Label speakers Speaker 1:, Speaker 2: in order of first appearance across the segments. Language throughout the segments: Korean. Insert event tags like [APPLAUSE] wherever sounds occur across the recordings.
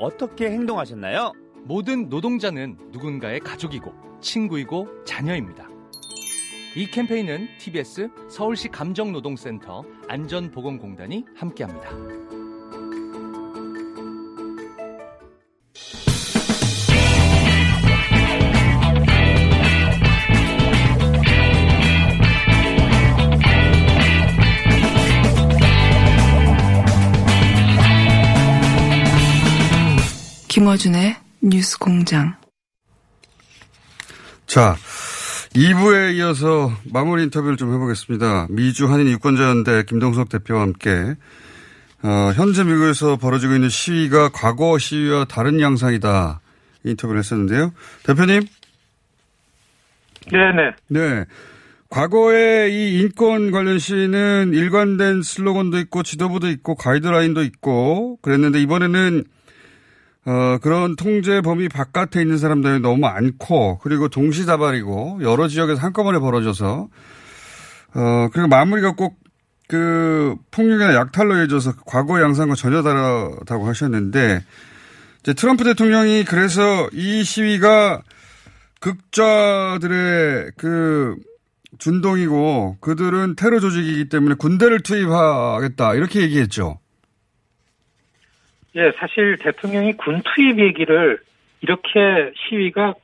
Speaker 1: 어떻게 행동하셨나요?
Speaker 2: 모든 노동자는 누군가의 가족이고 친구이고 자녀입니다. 이 캠페인은 TBS 서울시 감정노동센터 안전보건공단이 함께합니다.
Speaker 3: 김어준의 뉴스 공장.
Speaker 4: 자, 2부에 이어서 마무리 인터뷰를 좀 해보겠습니다. 미주 한인 유권자연대 김동석 대표와 함께 어, 현재 미국에서 벌어지고 있는 시위가 과거 시위와 다른 양상이다 인터뷰를 했었는데요. 대표님,
Speaker 5: 네네.
Speaker 4: 네. 과거에 이 인권 관련 시위는 일관된 슬로건도 있고 지도부도 있고 가이드라인도 있고 그랬는데 이번에는 어, 그런 통제 범위 바깥에 있는 사람들이 너무 많고 그리고 동시다발이고 여러 지역에서 한꺼번에 벌어져서 어, 그리고 마무리가 꼭 그 폭력이나 약탈로 이어져서 그 과거 양상과 전혀 다르다고 하셨는데 이제 트럼프 대통령이 그래서 이 시위가 극좌들의 그 준동이고 그들은 테러 조직이기 때문에 군대를 투입하겠다 이렇게 얘기했죠.
Speaker 5: 예, 사실 대통령이 군 투입 얘기를 이렇게 시위가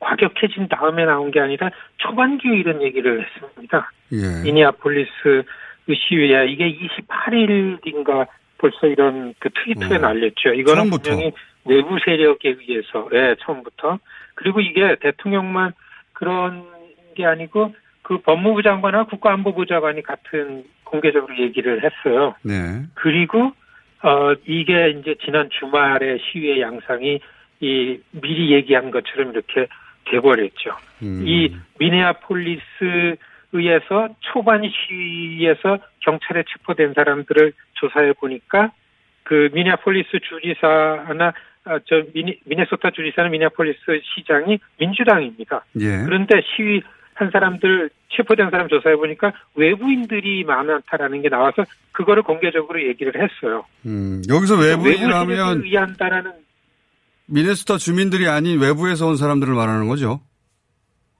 Speaker 5: 과격해진 다음에 나온 게 아니라 초반기에 이런 얘기를 했습니다.
Speaker 4: 예.
Speaker 5: 미니아폴리스 그 시위야 이게 28일인가 벌써 이런 그 트위터에
Speaker 4: 음.
Speaker 5: 날렸죠. 이거는
Speaker 4: 처음부터.
Speaker 5: 분명히 외부 세력에 의해서 예, 처음부터 그리고 이게 대통령만 그런 게 아니고 그 법무부 장관과 국가안보부 장관이 같은 공개적으로 얘기를 했어요.
Speaker 4: 네.
Speaker 5: 그리고 어 이게 이제 지난 주말에 시위의 양상이 이 미리 얘기한 것처럼 이렇게 돼버렸죠.
Speaker 4: 음.
Speaker 5: 이 미네아폴리스 의에서 초반 시위에서 경찰에 체포된 사람들을 조사해 보니까 그 미네아폴리스 주지사나 아, 저 미니, 미네소타 주지사는 미네아폴리스 시장이 민주당입니다.
Speaker 4: 예.
Speaker 5: 그런데 시위 한 사람들 체포된 사람 조사해 보니까 외부인들이 많다라는 게 나와서 그거를 공개적으로 얘기를 했어요.
Speaker 4: 음. 여기서
Speaker 5: 그러니까 외부
Speaker 4: 외부인이라면
Speaker 5: 세력에 의한다라는
Speaker 4: 미네소타 주민들이 아닌 외부에서 온 사람들을 말하는 거죠.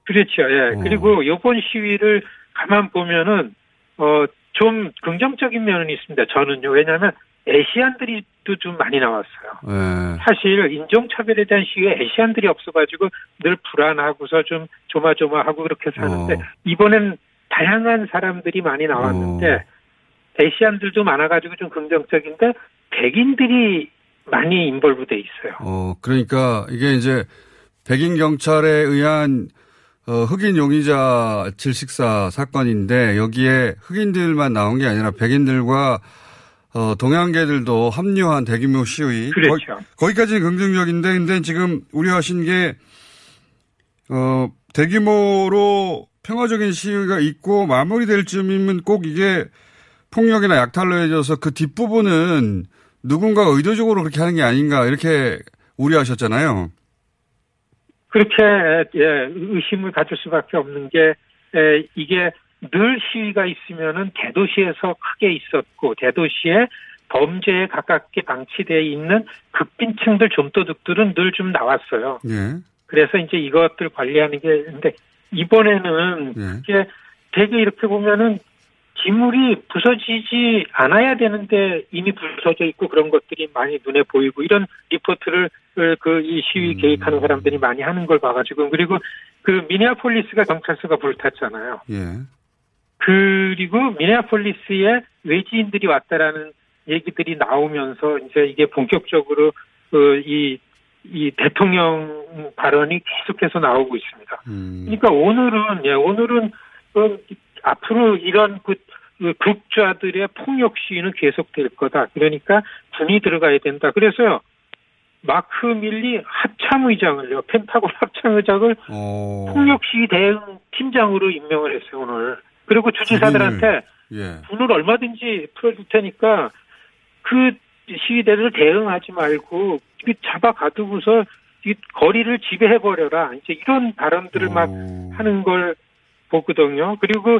Speaker 5: 그렇죠. 예.
Speaker 4: 어.
Speaker 5: 그리고 요번 시위를 가만 보면은 어 좀 긍정적인 면은 있습니다. 저는요. 왜냐하면 애시안들이 좀 많이 나왔어요.
Speaker 4: 예.
Speaker 5: 사실 인종차별에 대한 시위에 애시안들이 없어가지고 늘 불안하고서 좀 조마조마하고 그렇게 사는데
Speaker 4: 어.
Speaker 5: 이번엔 다양한 사람들이 많이 나왔는데
Speaker 4: 어.
Speaker 5: 애시안들도 많아가지고 좀 긍정적인데 백인들이 많이 인벌브돼 있어요.
Speaker 4: 어, 그러니까 이게 이제 백인 경찰에 의한 어, 흑인 용의자 질식사 사건인데 여기에 흑인들만 나온 게 아니라 백인들과 어, 동양계들도 합류한 대규모 시위.
Speaker 5: 그렇죠.
Speaker 4: 거기, 까지는 긍정적인데 근데 지금 우려하신 게 어, 대규모로 평화적인 시위가 있고 마무리될 쯤이면 꼭 이게 폭력이나 약탈로 해져서 그 뒷부분은 누군가 의도적으로 그렇게 하는 게 아닌가 이렇게 우려하셨잖아요.
Speaker 5: 그렇게 예, 의심을 가질 수밖에 없는 게 예, 이게 늘 시위가 있으면은 대도시에서 크게 있었고 대도시에 범죄에 가깝게 방치되어 있는 극빈층들 좀도둑들은 늘 좀 나왔어요.
Speaker 4: 예.
Speaker 5: 그래서 이제 이것들 관리하는 게 근데 이번에는
Speaker 4: 예.
Speaker 5: 이게 되게 이렇게 보면은 기물이 부서지지 않아야 되는데 이미 부서져 있고 그런 것들이 많이 눈에 보이고 이런 리포트를 그 이 시위
Speaker 4: 음.
Speaker 5: 개입하는 사람들이 많이 하는 걸 봐가지고 그리고 그 미네아폴리스가 경찰서가 불탔잖아요.
Speaker 4: 예.
Speaker 5: 그리고 미네아폴리스에 외지인들이 왔다라는 얘기들이 나오면서 이제 이게 본격적으로 그 이 이 대통령 발언이 계속해서 나오고 있습니다.
Speaker 4: 음.
Speaker 5: 그러니까 오늘은 예 오늘은 그 앞으로 이런 그, 그 극좌들의 폭력 시위는 계속될 거다. 그러니까 군이 들어가야 된다. 그래서요 마크 밀리 합참의장을요, 펜타곤 [LAUGHS] 합참의장을
Speaker 4: 어.
Speaker 5: 폭력 시위 대응 팀장으로 임명을 했어요 오늘. 그리고 주지사들한테
Speaker 4: 예.
Speaker 5: 돈을 얼마든지 풀어줄 테니까 그 시위대를 대응하지 말고 이렇게 잡아 가두고서 이 거리를 지배해 버려라. 이제 이런 발언들을 막
Speaker 4: 오.
Speaker 5: 하는 걸 보거든요. 그리고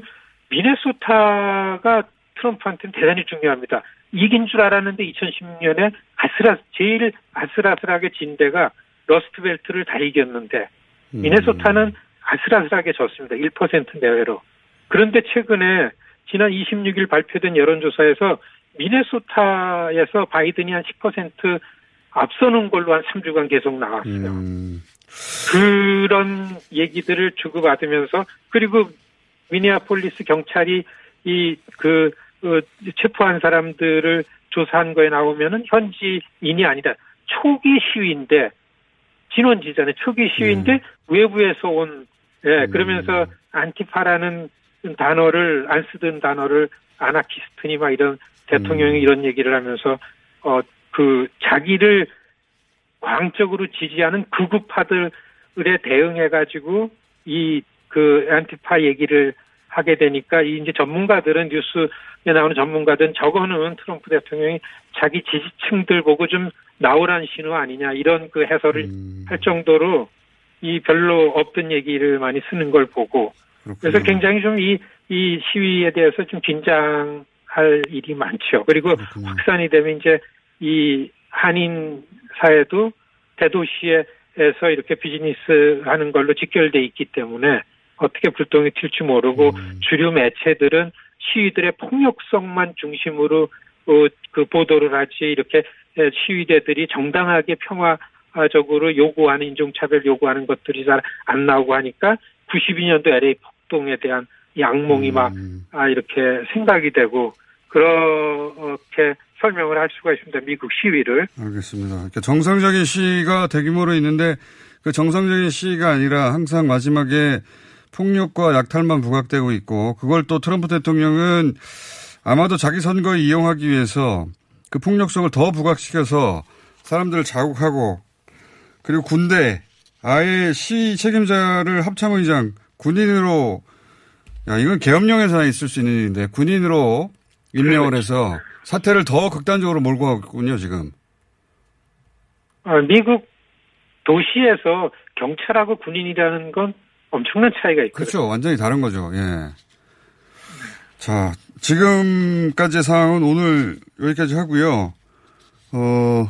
Speaker 5: 미네소타가 트럼프한테는 대단히 중요합니다. 이긴 줄 알았는데 2010년에 아슬아 제일 아슬아슬하게 진 데가 러스트벨트를 다 이겼는데
Speaker 4: 음.
Speaker 5: 미네소타는 아슬아슬하게 졌습니다. 1% 내외로. 그런데 최근에 지난 26일 발표된 여론조사에서 미네소타에서 바이든이 한 10% 앞서는 걸로 한 3주간 계속 나왔어요.
Speaker 4: 음.
Speaker 5: 그런 얘기들을 주고받으면서 그리고 미니아폴리스 경찰이 이 그 체포한 사람들을 조사한 거에 나오면은 현지인이 아니다 초기 시위인데 진원지잖아요 초기 시위인데
Speaker 4: 음.
Speaker 5: 외부에서 온 예, 그러면서
Speaker 4: 음.
Speaker 5: 안티파라는 단어를 안 쓰던 단어를 아나키스트니 막 이런 대통령이
Speaker 4: 음.
Speaker 5: 이런 얘기를 하면서 어 그 자기를 광적으로 지지하는 극우파들에 대응해가지고 이 그 안티파 얘기를 하게 되니까 이 이제 전문가들은 뉴스에 나오는 전문가들은 저거는 트럼프 대통령이 자기 지지층들 보고 좀 나오란 신호 아니냐 이런 그 해설을
Speaker 4: 음.
Speaker 5: 할 정도로 이 별로 없던 얘기를 많이 쓰는 걸 보고
Speaker 4: 그렇군요.
Speaker 5: 그래서 굉장히 좀 이 이 시위에 대해서 좀 긴장할 일이 많죠. 그리고
Speaker 4: 그렇군요.
Speaker 5: 확산이 되면 이제 이 한인 사회도 대도시에서 이렇게 비즈니스 하는 걸로 직결돼 있기 때문에 어떻게 불똥이 튈지 모르고
Speaker 4: 음.
Speaker 5: 주류 매체들은 시위들의 폭력성만 중심으로 어, 그 보도를 하지 이렇게 에, 시위대들이 정당하게 평화적으로 요구하는 인종차별 요구하는 것들이 잘 안 나오고 하니까 92년도 LA 폭동에 대한 이 악몽이 막
Speaker 4: 음.
Speaker 5: 아, 이렇게 생각이 되고, 그렇게 설명을 할 수가 있습니다. 미국 시위를.
Speaker 4: 알겠습니다. 그러니까 정상적인 시위가 대규모로 있는데 그 정상적인 시위가 아니라 항상 마지막에 폭력과 약탈만 부각되고 있고 그걸 또 트럼프 대통령은 아마도 자기 선거에 이용하기 위해서 그 폭력성을 더 부각시켜서 사람들을 자극하고 그리고 군대 아예 시위 책임자를 합참의장 군인으로 야 이건 계엄령에서나 있을 수 있는 일인데 군인으로 임명을 해서 사태를 더 극단적으로 몰고 가고 있군요 지금.
Speaker 5: 아, 미국 도시에서 경찰하고 군인이라는 건 엄청난 차이가 있거든요.
Speaker 4: 그렇죠. 완전히 다른 거죠. 예. 자, 지금까지의 상황은 오늘 여기까지 하고요. 어,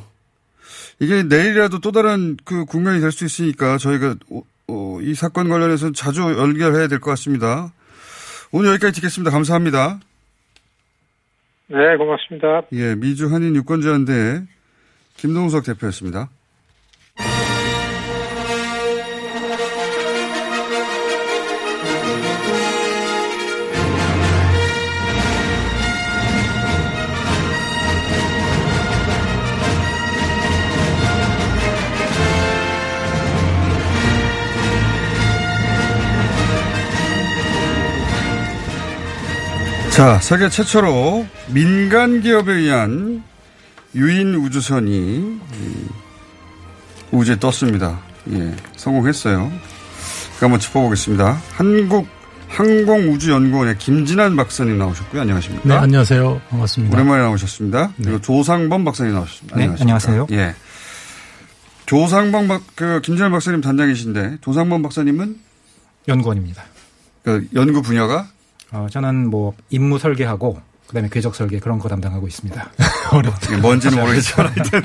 Speaker 4: 이게 내일이라도 또 다른 그 국면이 될 수 있으니까 저희가 어, 어, 이 사건 관련해서는 자주 연결해야 될 것 같습니다. 오늘 여기까지 듣겠습니다. 감사합니다.
Speaker 5: 네, 고맙습니다.
Speaker 4: 예, 미주 한인 유권자연대 김동석 대표였습니다. 자, 세계 최초로 민간 기업에 의한 유인 우주선이 이, 우주에 떴습니다. 예, 성공했어요. 그 한번 짚어보겠습니다. 한국 항공우주연구원의 김진환 박사님 나오셨고요. 안녕하십니까?
Speaker 6: 네, 안녕하세요. 반갑습니다.
Speaker 4: 오랜만에 나오셨습니다. 그리고 조상범 박사님 나오셨습니다.
Speaker 6: 네,
Speaker 4: 안녕하십니까? 예. 조상범 박, 그, 김진환 박사님 단장이신데, 조상범 박사님은
Speaker 6: 연구원입니다.
Speaker 4: 그 연구 분야가
Speaker 6: 어, 저는 뭐 임무 설계하고 그다음에 궤적 설계 그런 거 담당하고 있습니다. 어렵.
Speaker 4: 예, [LAUGHS] 뭔지는 모르겠지만 하여튼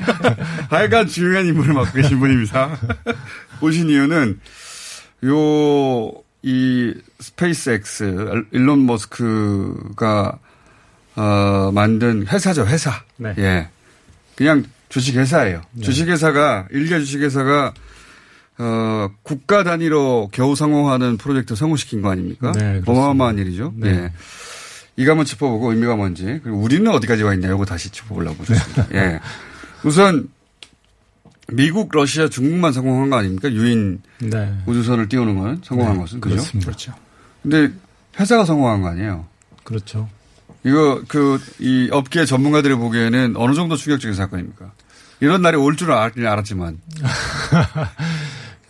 Speaker 4: 하여간 중요한 인물을 맡고 계신 분입니다. 오신 이유는 요 이 스페이스X 일론 머스크가 어, 만든 회사죠 회사.
Speaker 6: 네.
Speaker 4: 예, 그냥 주식 회사예요. 주식 회사가 일개 주식 회사가 어, 국가 단위로 겨우 성공하는 프로젝트 성공시킨 거 아닙니까?
Speaker 6: 네, 그렇습니다.
Speaker 4: 어마어마한 일이죠.
Speaker 6: 네.
Speaker 4: 예. 이거 한번 짚어보고 의미가 뭔지 그리고 우리는 어디까지 와 있냐 이거 다시 짚어보려고 그러습니다
Speaker 6: 네.
Speaker 4: 예. 우선 미국, 러시아, 중국만 성공한 거 아닙니까? 유인
Speaker 6: 네.
Speaker 4: 우주선을 띄우는 건 성공한 것은 그죠?
Speaker 6: 그렇습니다. 그렇죠.
Speaker 4: 근데 회사가 성공한 거 아니에요?
Speaker 6: 그렇죠.
Speaker 4: 이거 그 이 업계 전문가들이 보기에는 어느 정도 충격적인 사건입니까? 이런 날이 올 줄 알았지만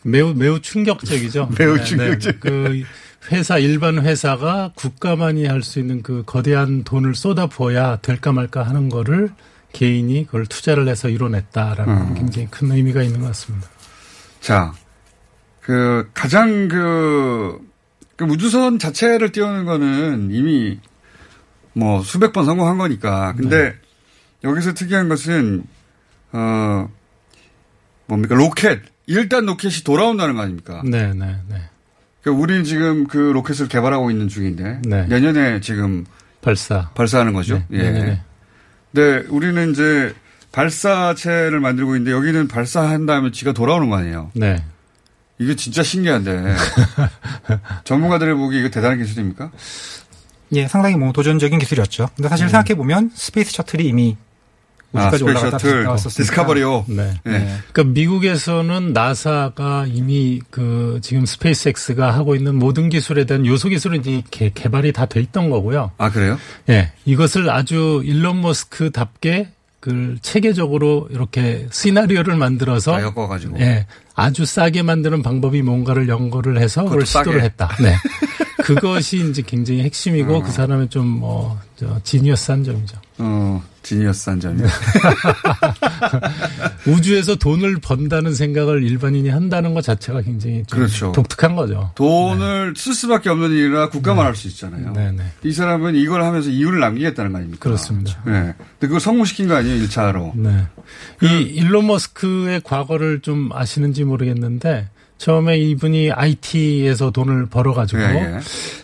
Speaker 7: 매우 매우 충격적이죠.
Speaker 4: [LAUGHS] 매우
Speaker 7: 네, 네.
Speaker 4: 충격적.
Speaker 7: 그 회사 일반 회사가 국가만이 할 수 있는 그 거대한 돈을 쏟아부어야 될까 말까 하는 거를 개인이 그걸 투자를 해서 이뤄냈다라는
Speaker 4: 음.
Speaker 7: 건 굉장히 큰 의미가 있는 것 같습니다.
Speaker 4: 자, 그 가장 그, 그 우주선 자체를 띄우는 거는 이미 뭐 수백 번 성공한 거니까. 근데
Speaker 7: 네.
Speaker 4: 여기서 특이한 것은 어 뭡니까 로켓 일단 로켓이 돌아온다는 거 아닙니까?
Speaker 7: 네, 네, 네.
Speaker 4: 그러니까 우리는 지금 그 로켓을 개발하고 있는 중인데
Speaker 7: 네.
Speaker 4: 내년에 지금
Speaker 7: 발사.
Speaker 4: 발사하는 거죠. 예.
Speaker 7: 네, 내년에.
Speaker 4: 근데 우리는 이제 발사체를 만들고 있는데 여기는 발사한 다음에 지가 돌아오는 거 아니에요?
Speaker 7: 네.
Speaker 4: 이게
Speaker 7: [LAUGHS]
Speaker 4: 진짜 신기한데 전문가들이 보기 이거 대단한 기술입니까? 아,
Speaker 6: 예, 상당히 뭐 도전적인 기술이었죠. 근데
Speaker 4: 음.
Speaker 6: 사실 생각해 보면 스페이스 셔틀이 이미 우주까지 올라갔다 다시 나왔었으니까.
Speaker 4: 아, 디스커버리오.
Speaker 7: 네.
Speaker 4: 예.
Speaker 7: 그러니까 미국에서는 나사가 이미 그 지금 스페이스X가 하고 있는 모든 기술에 대한 요소 기술은 이제 개- 개발이 다 돼 있던 거고요.
Speaker 4: 아 그래요?
Speaker 7: 예, 이것을 아주 일론 머스크답게 그 체계적으로 이렇게 시나리오를 만들어서
Speaker 4: 다 엮어가지고.
Speaker 7: 예, 아주 싸게 만드는 방법이 뭔가를 연구를 해서 그걸
Speaker 4: 그것도
Speaker 7: 시도를
Speaker 4: 싸게. 아.
Speaker 7: 했다. 네. 그것이 이제 굉장히 핵심이고 그 사람의 좀뭐 지니어스한 점이죠.
Speaker 4: 어 지니어스 한
Speaker 7: 네.
Speaker 4: 점이.
Speaker 7: 우주에서 돈을 번다는 생각을 일반인이 한다는 것 자체가 굉장히 좀
Speaker 4: 그렇죠.
Speaker 7: 독특한 거죠.
Speaker 4: 돈을 쓸 수밖에 없는 일이라 국가만 할 수 있잖아요.
Speaker 7: 네, 네.
Speaker 4: 이 사람은 이걸 하면서 이유를 남기겠다는 거 아닙니까?
Speaker 7: 그렇습니다.
Speaker 4: 예. 근데 그걸 성공시킨 거 아니에요, 일차로 그,
Speaker 7: 네. 이
Speaker 4: 음.
Speaker 7: 일론 머스크의 과거를 좀 아시는지 모르겠는데 처음에 이분이 IT에서 돈을 벌어가지고
Speaker 4: 예, 예.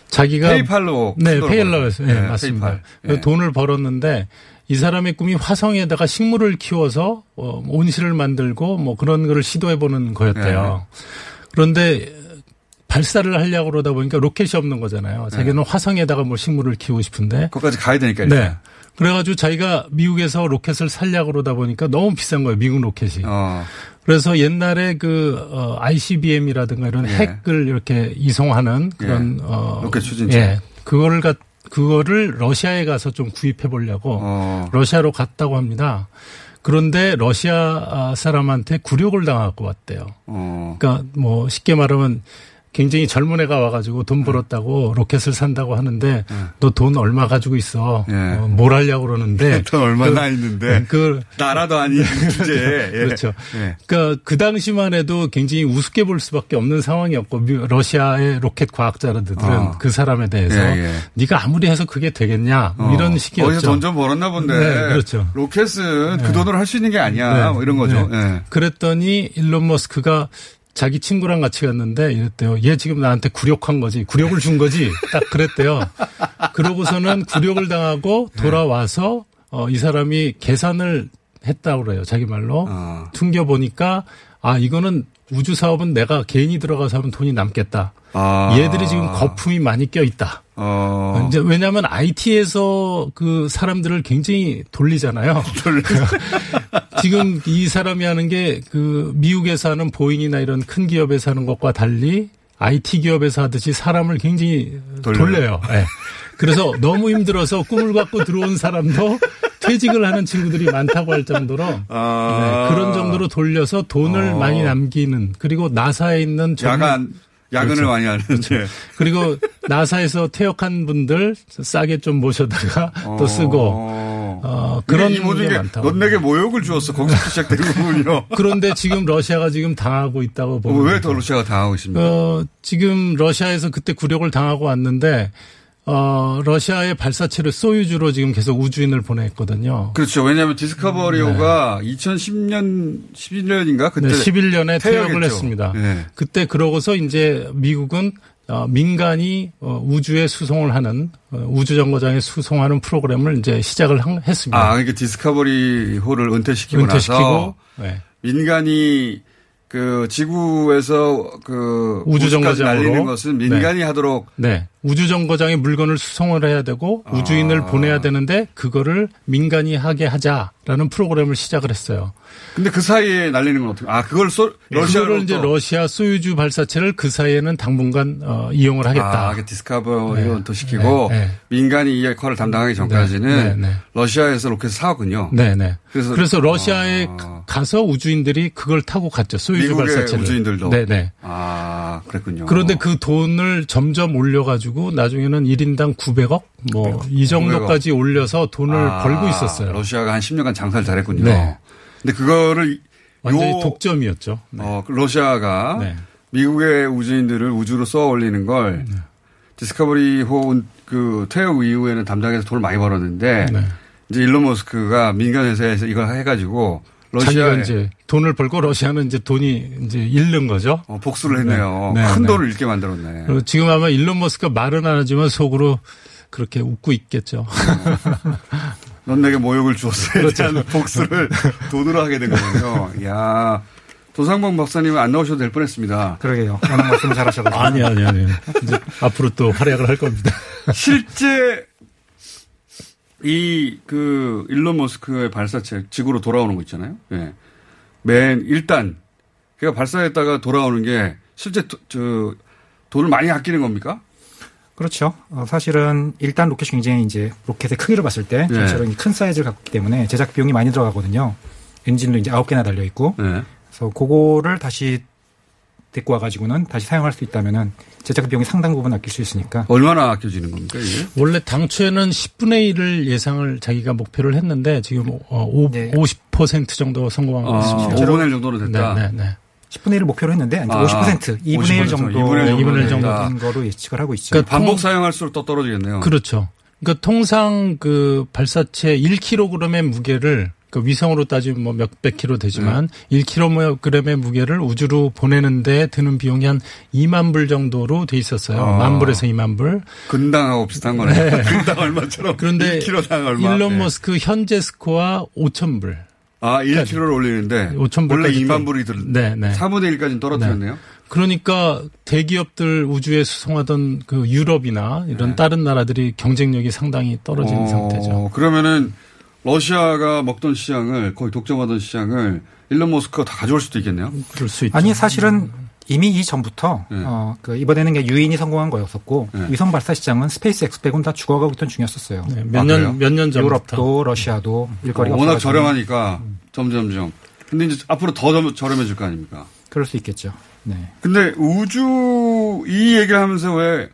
Speaker 7: 자기가
Speaker 4: 페이팔로.
Speaker 7: 네
Speaker 4: 큰 돈을
Speaker 7: 페일러에서 네,
Speaker 4: 벌어요. 예,
Speaker 7: 맞습니다.
Speaker 4: 페이팔.
Speaker 7: 그
Speaker 4: 예.
Speaker 7: 돈을 벌었는데 이 사람의 꿈이 화성에다가 식물을 키워서 어, 온실을 만들고 뭐 그런 거를 시도해 보는 거였대요.
Speaker 4: 예.
Speaker 7: 그런데 발사를 하려고 그러다 보니까 로켓이 없는 거잖아요. 자기는
Speaker 4: 예.
Speaker 7: 화성에다가 뭐 식물을 키우고 싶은데
Speaker 4: 거기까지 가야 되니까.
Speaker 7: 네. 그래가지고 자기가 미국에서 로켓을 살려고 그러다 보니까 너무 비싼 거예요. 미국 로켓이.
Speaker 4: 어.
Speaker 7: 그래서 옛날에 그, 어, ICBM이라든가 이런
Speaker 4: 예.
Speaker 7: 핵을 이렇게 이송하는 그런, 어.
Speaker 4: 로켓 추진체.
Speaker 7: 예. 그거를, 갖- 그거를 러시아에 가서 좀 구입해 보려고
Speaker 4: 어.
Speaker 7: 러시아로 갔다고 합니다. 그런데 러시아 사람한테 굴욕을 당하고 왔대요.
Speaker 4: 어.
Speaker 7: 그러니까 뭐 쉽게 말하면 굉장히 젊은 애가 와가지고
Speaker 4: 음.
Speaker 7: 돈 벌었다고 로켓을 산다고 하는데 너 돈 얼마 가지고 있어?
Speaker 4: 예.
Speaker 7: 어, 뭘 하려고 그러는데
Speaker 4: [LAUGHS] 돈 얼마나 있는데.
Speaker 7: 네. [LAUGHS] 그
Speaker 4: 나라도 아닌 주제에. 예.
Speaker 7: 그렇죠.
Speaker 4: 예.
Speaker 7: 그러니까 그 당시만 해도 굉장히 우습게 볼 수밖에 없는 상황이었고 미- 러시아의 로켓 과학자들은
Speaker 4: 어.
Speaker 7: 그 사람에 대해서
Speaker 4: 예, 예.
Speaker 7: 네가 아무리 해서 그게 되겠냐 뭐
Speaker 4: 어,
Speaker 7: 이런
Speaker 4: 어디서
Speaker 7: 식이었죠.
Speaker 4: 돈 좀 벌었나 본데.
Speaker 7: 네, 그렇죠.
Speaker 4: 로켓은 그 돈으로 할 수 있는 게 아니야. 뭐 이런 거죠.
Speaker 7: 네.
Speaker 4: 예.
Speaker 7: 그랬더니 일론 머스크가 자기 친구랑 같이 갔는데 이랬대요. 얘 지금 나한테 굴욕한 거지. 굴욕을 준 거지. 딱 그랬대요. 그러고서는 굴욕을 당하고
Speaker 4: 네.
Speaker 7: 돌아와서 어, 이 사람이 계산을 했다고 그래요. 자기 말로.
Speaker 4: 아.
Speaker 7: 퉁겨보니까 아, 이거는 우주 사업은 내가 개인이 들어가서 하면 돈이 남겠다.
Speaker 4: 아.
Speaker 7: 얘들이 지금 거품이 많이 껴있다.
Speaker 4: 어.
Speaker 7: 이제 왜냐하면 IT에서 그 사람들을 굉장히
Speaker 4: [LAUGHS]
Speaker 7: 돌리잖아요. [LAUGHS] 지금 이 사람이 하는 게 그 미국에서 하는 보잉이나 이런 큰 기업에서 하는 것과 달리 IT 기업에서 하듯이 사람을 굉장히 돌려요.
Speaker 4: 돌려요.
Speaker 7: 예. 그래서 너무 힘들어서 꿈을 갖고 들어온 사람도 퇴직을 하는 친구들이 많다고 할 정도로
Speaker 4: 아.
Speaker 7: 네, 그런 정도로 돌려서 돈을
Speaker 4: 어.
Speaker 7: 많이 남기는 그리고 나사에 있는 전문-
Speaker 4: 야간, 야근을
Speaker 7: 그렇죠.
Speaker 4: 많이 하는. 데 어.
Speaker 7: 그리고 나사에서 퇴역한 분들 싸게 좀 모셔다가 또 쓰고 어, 그런
Speaker 4: 이 모든
Speaker 7: 게
Speaker 4: 게,
Speaker 7: 많다고.
Speaker 4: 넌 내게 모욕을 주었어. 거기서 시작된
Speaker 7: [LAUGHS]
Speaker 4: 거군요.
Speaker 7: 그런데 지금 러시아가 지금 당하고 있다고 보면
Speaker 4: 어, 왜 더 러시아가 당하고 있습니까?
Speaker 7: 어, 지금 러시아에서 그때 굴욕을 당하고 왔는데 어, 러시아의 발사체를 소유주로 지금 계속 우주인을 보냈거든요.
Speaker 4: 그렇죠. 왜냐하면 디스커버리오가 2010년, 11년인가? 그때.
Speaker 7: 네, 11년에 퇴역을
Speaker 4: 퇴역했죠.
Speaker 7: 했습니다.
Speaker 4: 예.
Speaker 7: 그때 그러고서 이제 미국은 어, 민간이 어, 우주에 수송을 하는 어, 우주 정거장에 수송하는 프로그램을 이제 시작을 한- 했습니다.
Speaker 4: 아, 그러니까 디스커버리 호를 은퇴시키고 나서
Speaker 7: 은퇴시키고 네.
Speaker 4: 민간이 그 지구에서 그
Speaker 7: 우주
Speaker 4: 우주까지
Speaker 7: 정거장으로.
Speaker 4: 날리는 것은 민간이 하도록
Speaker 7: 네. 우주 정거장에 물건을 수송을 해야 되고 우주인을
Speaker 4: 아.
Speaker 7: 보내야 되는데 그거를 민간이 하게 하자라는 프로그램을 시작을 했어요.
Speaker 4: 근데 그 사이에 날리는 건 어떻게? 아 그걸 쏠 러시아로
Speaker 7: 예, 그거를 이제 러시아 소유주 발사체를 그 사이에는 당분간 어, 이용을 하겠다.
Speaker 4: 아, 그 디스커버리로 또 시키고
Speaker 7: 네, 네.
Speaker 4: 민간이 이 역할을 담당하기 전까지는
Speaker 7: 네, 네.
Speaker 4: 러시아에서 로켓 사군요.
Speaker 7: 네네.
Speaker 4: 그래서-
Speaker 7: 그래서, 러시아에
Speaker 4: 아.
Speaker 7: 가서 우주인들이 그걸 타고 갔죠. 소유주
Speaker 4: 미국의
Speaker 7: 발사체를.
Speaker 4: 우주인들도.
Speaker 7: 네네.
Speaker 4: 아 그랬군요.
Speaker 7: 그런데 그 돈을 점점 올려가지고 나중에는 1인당 900억 뭐 이 정도까지 올려서 돈을
Speaker 4: 아,
Speaker 7: 벌고 있었어요.
Speaker 4: 러시아가 한 10년간 장사를 잘했군요.
Speaker 7: 네.
Speaker 4: 근데 그거를
Speaker 7: 완전히
Speaker 4: 요-
Speaker 7: 독점이었죠. 네.
Speaker 4: 어, 그 러시아가
Speaker 7: 네.
Speaker 4: 미국의 우주인들을 우주로 쏘아 올리는 걸 디스커버리호 그 퇴역 이후에는 담당해서 돈을 많이 벌었는데
Speaker 7: 네.
Speaker 4: 이제 일론 머스크가 민간 회사에서 이걸 해가지고
Speaker 7: 자기가
Speaker 4: 러시아에
Speaker 7: 이제 돈을 벌고 러시아는 이제 돈이 이제 잃는 거죠.
Speaker 4: 어, 복수를 했네요.
Speaker 7: 네, 네,
Speaker 4: 큰
Speaker 7: 네.
Speaker 4: 돈을 잃게 만들었네.
Speaker 7: 그리고 지금 아마 일론 머스크가 말은 안 하지만 속으로 그렇게 웃고 있겠죠.
Speaker 4: 넌 내게 모욕을 주었어에
Speaker 7: 그렇죠.
Speaker 4: 대한
Speaker 7: [LAUGHS]
Speaker 4: 복수를 돈으로 하게 된 거군요. 야 도상범 박사님은 안 나오셔도 될 뻔했습니다.
Speaker 6: 그러게요. 워낙 말씀을
Speaker 7: [LAUGHS] [LAUGHS]
Speaker 6: 잘하셔가지고.
Speaker 7: 아니 아니 아니. 이제 앞으로 또 활약을 할 겁니다.
Speaker 4: 실제 이 그 일론 머스크의 발사체 지구로 돌아오는 거 있잖아요. 예. 맨 일단 걔가 발사했다가 돌아오는 게 실제 도- 저 돈을 많이 아끼는 겁니까?
Speaker 6: 그렇죠. 어, 사실은 일단 로켓이 굉장히 이제 로켓의 크기를 봤을 때
Speaker 4: 네.
Speaker 6: 전체적인 큰 사이즈를 갖고 있기 때문에 제작 비용이 많이 들어가거든요. 엔진도 이제 아홉 개나 달려 있고
Speaker 4: 예.
Speaker 6: 그래서 그거를 다시 데리고 와가지고는 다시 사용할 수 있다면은 제작 비용이 상당 부분 아낄 수 있으니까
Speaker 4: 얼마나 아껴지는 겁니까 이게?
Speaker 7: 원래 당초에는 10분의 1을 예상을 자기가 목표를 했는데 지금 어, 오-
Speaker 6: 네.
Speaker 7: 50% 정도 성공한 것
Speaker 4: 아,
Speaker 7: 같습니다.
Speaker 4: 5분의 1 정도는 됐다.
Speaker 7: 네, 네, 네.
Speaker 6: 10분의 1을 목표로 했는데 아니,
Speaker 4: 아,
Speaker 6: 50% 2분의 1 정도
Speaker 4: 2분의 1
Speaker 7: 정도
Speaker 4: 된다.
Speaker 6: 된 거로 예측을 하고 있죠.
Speaker 7: 그러니까
Speaker 4: 반복
Speaker 7: 통-
Speaker 4: 사용할수록 더 떨어지겠네요.
Speaker 7: 그렇죠. 그러니까 통상 그 발사체 1kg의 무게를 그 위성으로 따지면 뭐 몇백 킬로 되지만
Speaker 4: 네.
Speaker 7: 1kg의 무게를 우주로 보내는데 드는 비용이 한 2만 불 정도로 돼 있었어요.
Speaker 4: 아.
Speaker 7: 만 불에서 2만 불.
Speaker 4: 근당하고 비슷한 거네요. [LAUGHS] 근당 얼마처럼.
Speaker 7: 그런데
Speaker 4: 1kg당 얼마.
Speaker 7: 일론
Speaker 4: 예.
Speaker 7: 머스크 현재 스코어 5천 불.
Speaker 4: 아, 1kg를 올리는데
Speaker 7: 5,000
Speaker 4: 원래
Speaker 7: 불까지
Speaker 4: 2만
Speaker 7: 또-
Speaker 4: 불이 들
Speaker 7: 네, 네.
Speaker 4: 4분의 1까지는 떨어뜨렸네요.
Speaker 7: 그러니까 대기업들 우주에 수송하던 그 유럽이나 이런 다른 나라들이 경쟁력이 상당히 떨어진
Speaker 4: 네. 어,
Speaker 7: 상태죠.
Speaker 4: 그러면은 러시아가 먹던 시장을 거의 독점하던 시장을 일론 머스크가 다 가져올 수도 있겠네요.
Speaker 7: 그럴 수 있죠.
Speaker 6: 아니 사실은
Speaker 7: 음,
Speaker 6: 이미 이 전부터
Speaker 4: 네.
Speaker 6: 어, 그 이번에는 그냥 유인이 성공한 거였었고
Speaker 4: 네.
Speaker 6: 위성 발사 시장은 스페이스 엑스 빼고는 다 죽어가고 있던 중이었었어요. 뭐
Speaker 4: 아,
Speaker 7: 몇
Speaker 4: 그래요?
Speaker 7: 년 몇 년 네, 전부터
Speaker 6: 유럽도 러시아도 일거리가
Speaker 4: 어, 워낙
Speaker 6: 없어가지고
Speaker 4: 저렴하니까 점점점. 근데 이제 앞으로 더 점- 저렴해질 거 아닙니까?
Speaker 6: 그럴 수 있겠죠. 네.
Speaker 4: 근데 우주 이 얘기하면서 왜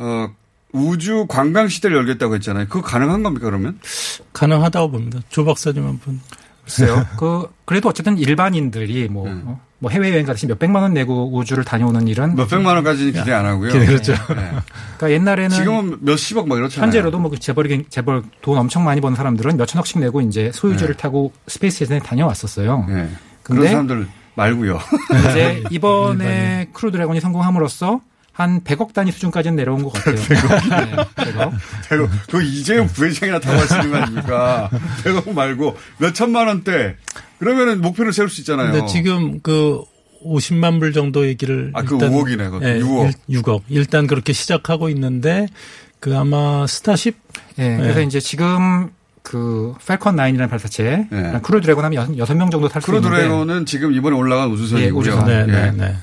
Speaker 4: 어, 우주 관광 시대를 열겠다고 했잖아요. 그거 가능한 겁니까 그러면?
Speaker 7: 가능하다고 봅니다. 조 박사님 한 분.
Speaker 6: 글쎄요. 그 그래도 어쨌든 일반인들이 뭐,
Speaker 4: 네.
Speaker 6: 어, 뭐 해외 여행 가듯이 몇 백만 원 내고 우주를 다녀오는 일은
Speaker 4: 몇 백만 원까지는 기대 안 하고요.
Speaker 7: 그렇죠.
Speaker 4: 네.
Speaker 6: 그러니까 옛날에는
Speaker 4: 지금은 몇십억 막 이렇잖아요.
Speaker 6: 현재로도 뭐 재벌 재벌 돈 엄청 많이 버는 사람들은 몇 천억씩 내고 이제 소유주를
Speaker 4: 네.
Speaker 6: 타고 스페이스 엑스에 다녀왔었어요.
Speaker 4: 예. 그런
Speaker 6: 근데-
Speaker 4: 사람들 말고요.
Speaker 6: [LAUGHS]
Speaker 4: 네.
Speaker 6: 이제 이번에 크루 드래곤이 성공함으로써 한 100억 단위 수준까지는 내려온 것
Speaker 4: [LAUGHS]
Speaker 6: 같아요. 네, 100억.
Speaker 4: 대고 그 이재용
Speaker 7: 네.
Speaker 4: 부회장이나 타고 하시는 거
Speaker 7: [LAUGHS]
Speaker 4: 아닙니까? 대고 말고 몇 천만 원대 그러면은 목표를 세울 수 있잖아요.
Speaker 7: 근데 지금 그 50만 불 정도 얘기를
Speaker 4: 어. 아, 그 5억이네, 그것도. 6억.
Speaker 7: 6억. 예, 일단 그렇게 시작하고 있는데 그 아마 스타쉽
Speaker 4: 네.
Speaker 6: 예, 그래서 이제 지금 그 펠컨 9이라는 발사체,
Speaker 4: 네.
Speaker 6: 크루 드래곤 하면 여섯 명 정도 탈 수 있는데
Speaker 4: 크루드래곤은 지금 이번에 올라간
Speaker 6: 예,
Speaker 4: 우주선이고요.
Speaker 6: 우주선.
Speaker 7: 네,
Speaker 4: 예.
Speaker 7: 네, 네.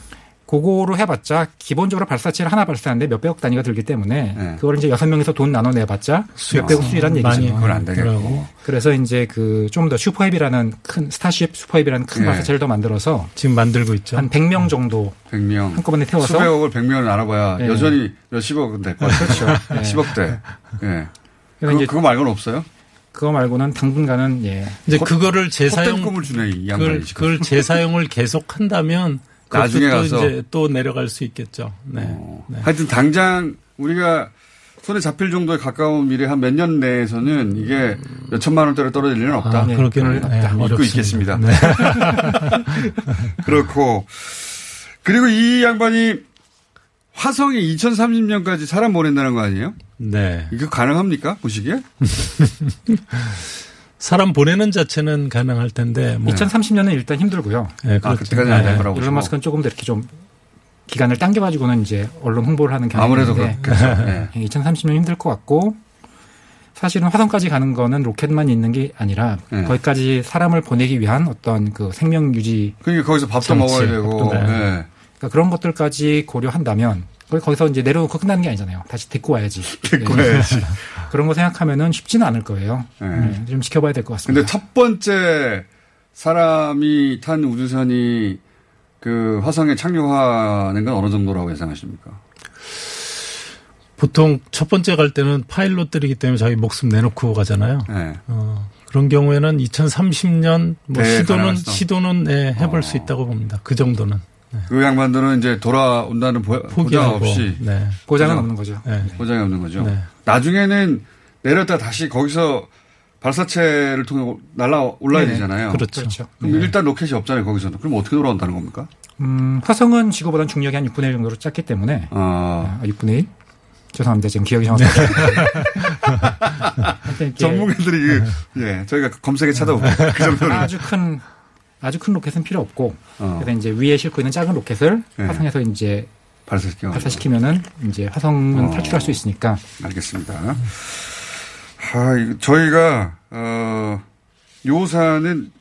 Speaker 6: 그거로 해봤자 기본적으로 발사체를 하나 발사하는데 몇백억 단위가 들기 때문에
Speaker 4: 네.
Speaker 6: 그걸 이제 여섯 명에서 돈 나눠 내봤자 몇백억 수준이란
Speaker 7: 아, 많이
Speaker 6: 얘기죠.
Speaker 4: 그건 안 되겠고.
Speaker 7: 그러고.
Speaker 6: 그래서 이제 그 좀 더 슈퍼헤비라는 큰 스타쉽 슈퍼헤비라는 큰
Speaker 4: 네.
Speaker 6: 발사체를 더 만들어서
Speaker 7: 지금 만들고 있죠.
Speaker 6: 한 100명 정도
Speaker 4: 100명.
Speaker 6: 한꺼번에 태워서?
Speaker 4: 수백억을 100명을 알아봐야
Speaker 7: 예.
Speaker 6: 네.
Speaker 4: 여전히 몇십억은 될 것 같아요.
Speaker 7: 그렇죠.
Speaker 6: 네.
Speaker 4: 10억대.
Speaker 7: 그러니까
Speaker 4: 예. 그,
Speaker 6: 그래서 이제
Speaker 4: 그거 말고는 없어요?
Speaker 6: 그거 말고는 당분간은
Speaker 4: 네.
Speaker 6: 예.
Speaker 7: 이제
Speaker 4: 헛-
Speaker 7: 그거를
Speaker 4: 헛된
Speaker 7: 재사용
Speaker 4: 꿈을 주네, 이 양반이
Speaker 7: 그걸,
Speaker 4: 지금.
Speaker 7: 그걸 재사용을 계속 한다면 그것도
Speaker 4: [LAUGHS] 나중에
Speaker 7: 또
Speaker 4: 가서.
Speaker 7: 이제 또 내려갈 수 있겠죠. 네.
Speaker 4: 어,
Speaker 7: 네.
Speaker 4: 하여튼 당장 우리가 손에 잡힐 정도에 가까운 미래 한 몇 년 내에서는 이게 몇 천만 원대로 떨어질 일은 없다.
Speaker 7: 아, 그렇기는
Speaker 4: 네,
Speaker 7: 네,
Speaker 4: 믿고
Speaker 7: 어렵습니다.
Speaker 4: 있겠습니다.
Speaker 7: 네.
Speaker 4: 그렇고 그리고 이 양반이 화성에 2030년까지 사람 보낸다는 거 아니에요?
Speaker 7: 네.
Speaker 4: 이거 가능합니까? 보시기에?
Speaker 7: 사람 보내는 자체는 가능할 텐데 뭐
Speaker 6: 2030년은 일단 힘들고요.
Speaker 7: 네,
Speaker 4: 아,
Speaker 7: 그렇죠.
Speaker 4: 그때까지는 안 될
Speaker 7: 네.
Speaker 4: 거라고.
Speaker 6: 일론
Speaker 4: 보시고.
Speaker 6: 머스크는 조금 더 이렇게 좀 기간을 당겨가지고는 이제 언론 홍보를 하는 경향이
Speaker 4: 아무래도
Speaker 6: 있는데
Speaker 4: 그렇겠죠. 예.
Speaker 6: 2030년 힘들 것 같고 사실은 화성까지 가는 거는 로켓만 있는 게 아니라
Speaker 4: 네.
Speaker 6: 거기까지 사람을 보내기 위한 어떤 그 생명 유지
Speaker 4: 그러니까 거기서 밥도
Speaker 6: 참치,
Speaker 4: 먹어야 되고.
Speaker 6: 밥도 먹어야
Speaker 4: 예.
Speaker 6: 그러니까 그런 것들까지 고려한다면 거기- 거기서 이제 내려놓고 끝나는 게 아니잖아요. 다시 데리고 와야지.
Speaker 4: [LAUGHS] 데리고
Speaker 6: 예.
Speaker 4: 와야지.
Speaker 6: 그런 거 생각하면은 쉽지는 않을 거예요.
Speaker 4: 예.
Speaker 6: 예, 좀 지켜봐야 될 것 같습니다.
Speaker 4: 근데 첫 번째 사람이 탄 우주선이 그 화성에 착륙하는 건 어느 정도라고 예상하십니까?
Speaker 7: 보통 첫 번째 갈 때는 파일럿들이기 때문에 자기 목숨 내놓고 가잖아요.
Speaker 4: 예.
Speaker 7: 어, 그런 경우에는 2030년 뭐
Speaker 4: 네,
Speaker 7: 시도는
Speaker 4: 가능하시죠.
Speaker 7: 시도는 예, 해볼
Speaker 4: 어.
Speaker 7: 수 있다고 봅니다. 그 정도는
Speaker 4: 그 양반들은 이제 돌아온다는 보, 보장
Speaker 7: 포기하고
Speaker 4: 없이
Speaker 7: 네.
Speaker 6: 보장은
Speaker 4: 그죠?
Speaker 6: 없는 거죠.
Speaker 7: 예.
Speaker 4: 보장이 없는 거죠.
Speaker 7: 네.
Speaker 4: 나중에는 내렸다 다시 거기서 발사체를 통해 날라 올라야
Speaker 6: 네,
Speaker 4: 되잖아요. 그
Speaker 7: 그렇죠.
Speaker 6: 그렇죠.
Speaker 4: 럼 일단 로켓이 없잖아요 거기서는. 그럼 어떻게 돌아온다는 겁니까?
Speaker 6: 음, 화성은 지구보다는 중력이 한 6분의 1 정도로 작기 때문에
Speaker 4: 아,
Speaker 6: 아, 6분의 1? 죄송합니다. 지금 기억이
Speaker 4: [LAUGHS]
Speaker 6: 정확하지 않아요.
Speaker 4: 전문가들이 그- 예 저희가 검색에 찾아보고 그 정도는
Speaker 6: 아주 큰 아주 큰 로켓은 필요 없고
Speaker 4: 어,
Speaker 6: 그래서 이제 위에 싣고 있는 작은 로켓을
Speaker 4: 네.
Speaker 6: 화성에서 이제
Speaker 4: [LAUGHS] 발사시켜.
Speaker 6: 발사시키면은 이제 화성은
Speaker 4: 어.
Speaker 6: 탈출할 수 있으니까
Speaker 4: 알겠습니다. 아, 이거 저희가 어, 요사는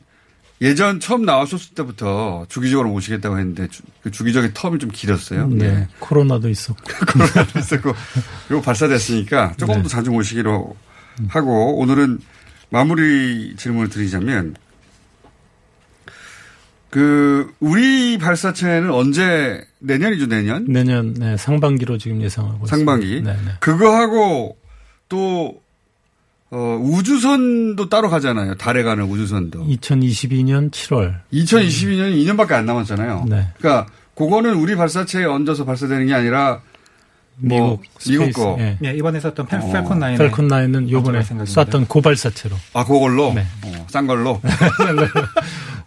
Speaker 4: 예전 처음 나왔었을 때부터 주기적으로 모시겠다고 했는데 주, 그 주기적인 텀이 좀 길었어요.
Speaker 7: 네.
Speaker 4: 예.
Speaker 7: 코로나도 있었고.
Speaker 4: [LAUGHS] 코로나도 있었고 요 발사됐으니까 조금
Speaker 7: 네.
Speaker 4: 더 자주 모시기로
Speaker 7: 음.
Speaker 4: 하고 오늘은 마무리 질문을 드리자면 그 우리 발사체는 언제 내년이죠 내년
Speaker 7: 내년 네, 상반기로 지금 예상하고
Speaker 4: 상반기
Speaker 7: 있습니다. 네, 네.
Speaker 4: 그거하고 또 어, 우주선도 따로 가잖아요 달에 가는 우주선도
Speaker 7: 2022년 7월.
Speaker 4: 2022년이 2년밖에 안 남았잖아요.
Speaker 7: 네.
Speaker 4: 그러니까 그거는 우리 발사체에 얹어서 발사되는 게 아니라 뭐
Speaker 7: 미국
Speaker 4: 미국
Speaker 7: 스페이스,
Speaker 4: 거.
Speaker 7: 예.
Speaker 6: 예, 이번에
Speaker 4: 어.
Speaker 6: 썼던 펠- 펠콘 9의
Speaker 7: 펠콘 9는 요번에
Speaker 6: 네. 맞아요, 생각입니다.
Speaker 7: 쐈던 고발사체로.
Speaker 4: 아, 그걸로?
Speaker 7: 네.
Speaker 4: 어, 싼 걸로? [LAUGHS]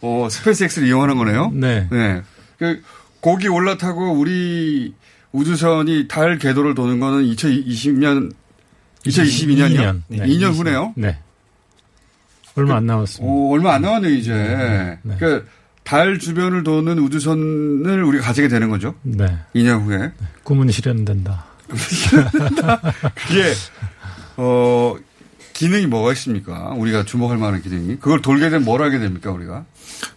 Speaker 4: 어, 스페이스X를 이용하는 거네요?
Speaker 7: 네.
Speaker 4: 네. 그, 고기 올라타고 우리 우주선이 달 궤도를 도는 거는 2020년, 2022년이요?
Speaker 7: 22년. 네.
Speaker 4: 2년 후네요?
Speaker 7: 네. 얼마 안 남았습니다.
Speaker 4: 오, 얼마 안 남았네요, 이제.
Speaker 7: 네.
Speaker 4: 그, 달 주변을 도는 우주선을 우리가 가지게 되는 거죠.
Speaker 7: 네.
Speaker 4: 2년 후에.
Speaker 7: 꿈은 실현된다.
Speaker 4: 그게, 어, 기능이 뭐가 있습니까? 우리가 주목할 만한 기능이. 그걸 돌게 되면 뭘 하게 됩니까, 우리가?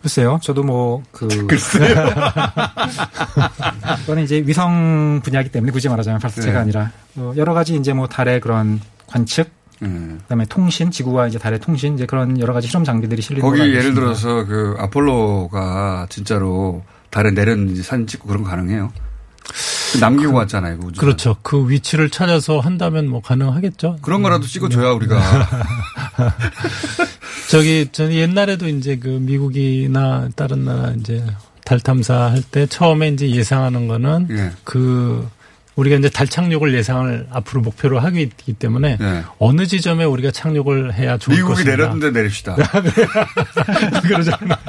Speaker 6: 글쎄요. 저도 뭐 그
Speaker 4: [LAUGHS]
Speaker 6: [LAUGHS] 저는 이제 위성 분야이기 때문에 굳이 말하자면 발사체가
Speaker 4: 네.
Speaker 6: 아니라 어, 여러 가지 이제 뭐 달의 그런 관측,
Speaker 4: 음.
Speaker 6: 그다음에 통신, 지구와 이제 달의 통신 이제 그런 여러 가지 실험 장비들이 실리는
Speaker 4: 거기
Speaker 6: 걸로 알고
Speaker 4: 예를
Speaker 6: 있습니다.
Speaker 4: 들어서 그 아폴로가 진짜로 달에 내렸는지 사진 찍고 그런 거 가능해요. 남기고 왔잖아요. 그 우주선.
Speaker 7: 그렇죠. 그 위치를 찾아서 한다면 뭐 가능하겠죠.
Speaker 4: 그런 거라도 찍어줘야 우리가
Speaker 7: 저기 저는 옛날에도 이제 그 미국이나 다른 나라 이제 달 탐사할 때 처음에 이제 예상하는 거는
Speaker 4: 예.
Speaker 7: 그 우리가 이제 달 착륙을 예상을 앞으로 목표로 하기 때문에
Speaker 4: 예.
Speaker 7: 어느 지점에 우리가 착륙을 해야 좋을
Speaker 4: 미국이
Speaker 7: 것인가.
Speaker 4: 내렸는데 내립시다.
Speaker 7: [LAUGHS]
Speaker 4: [LAUGHS]
Speaker 7: 그러잖아.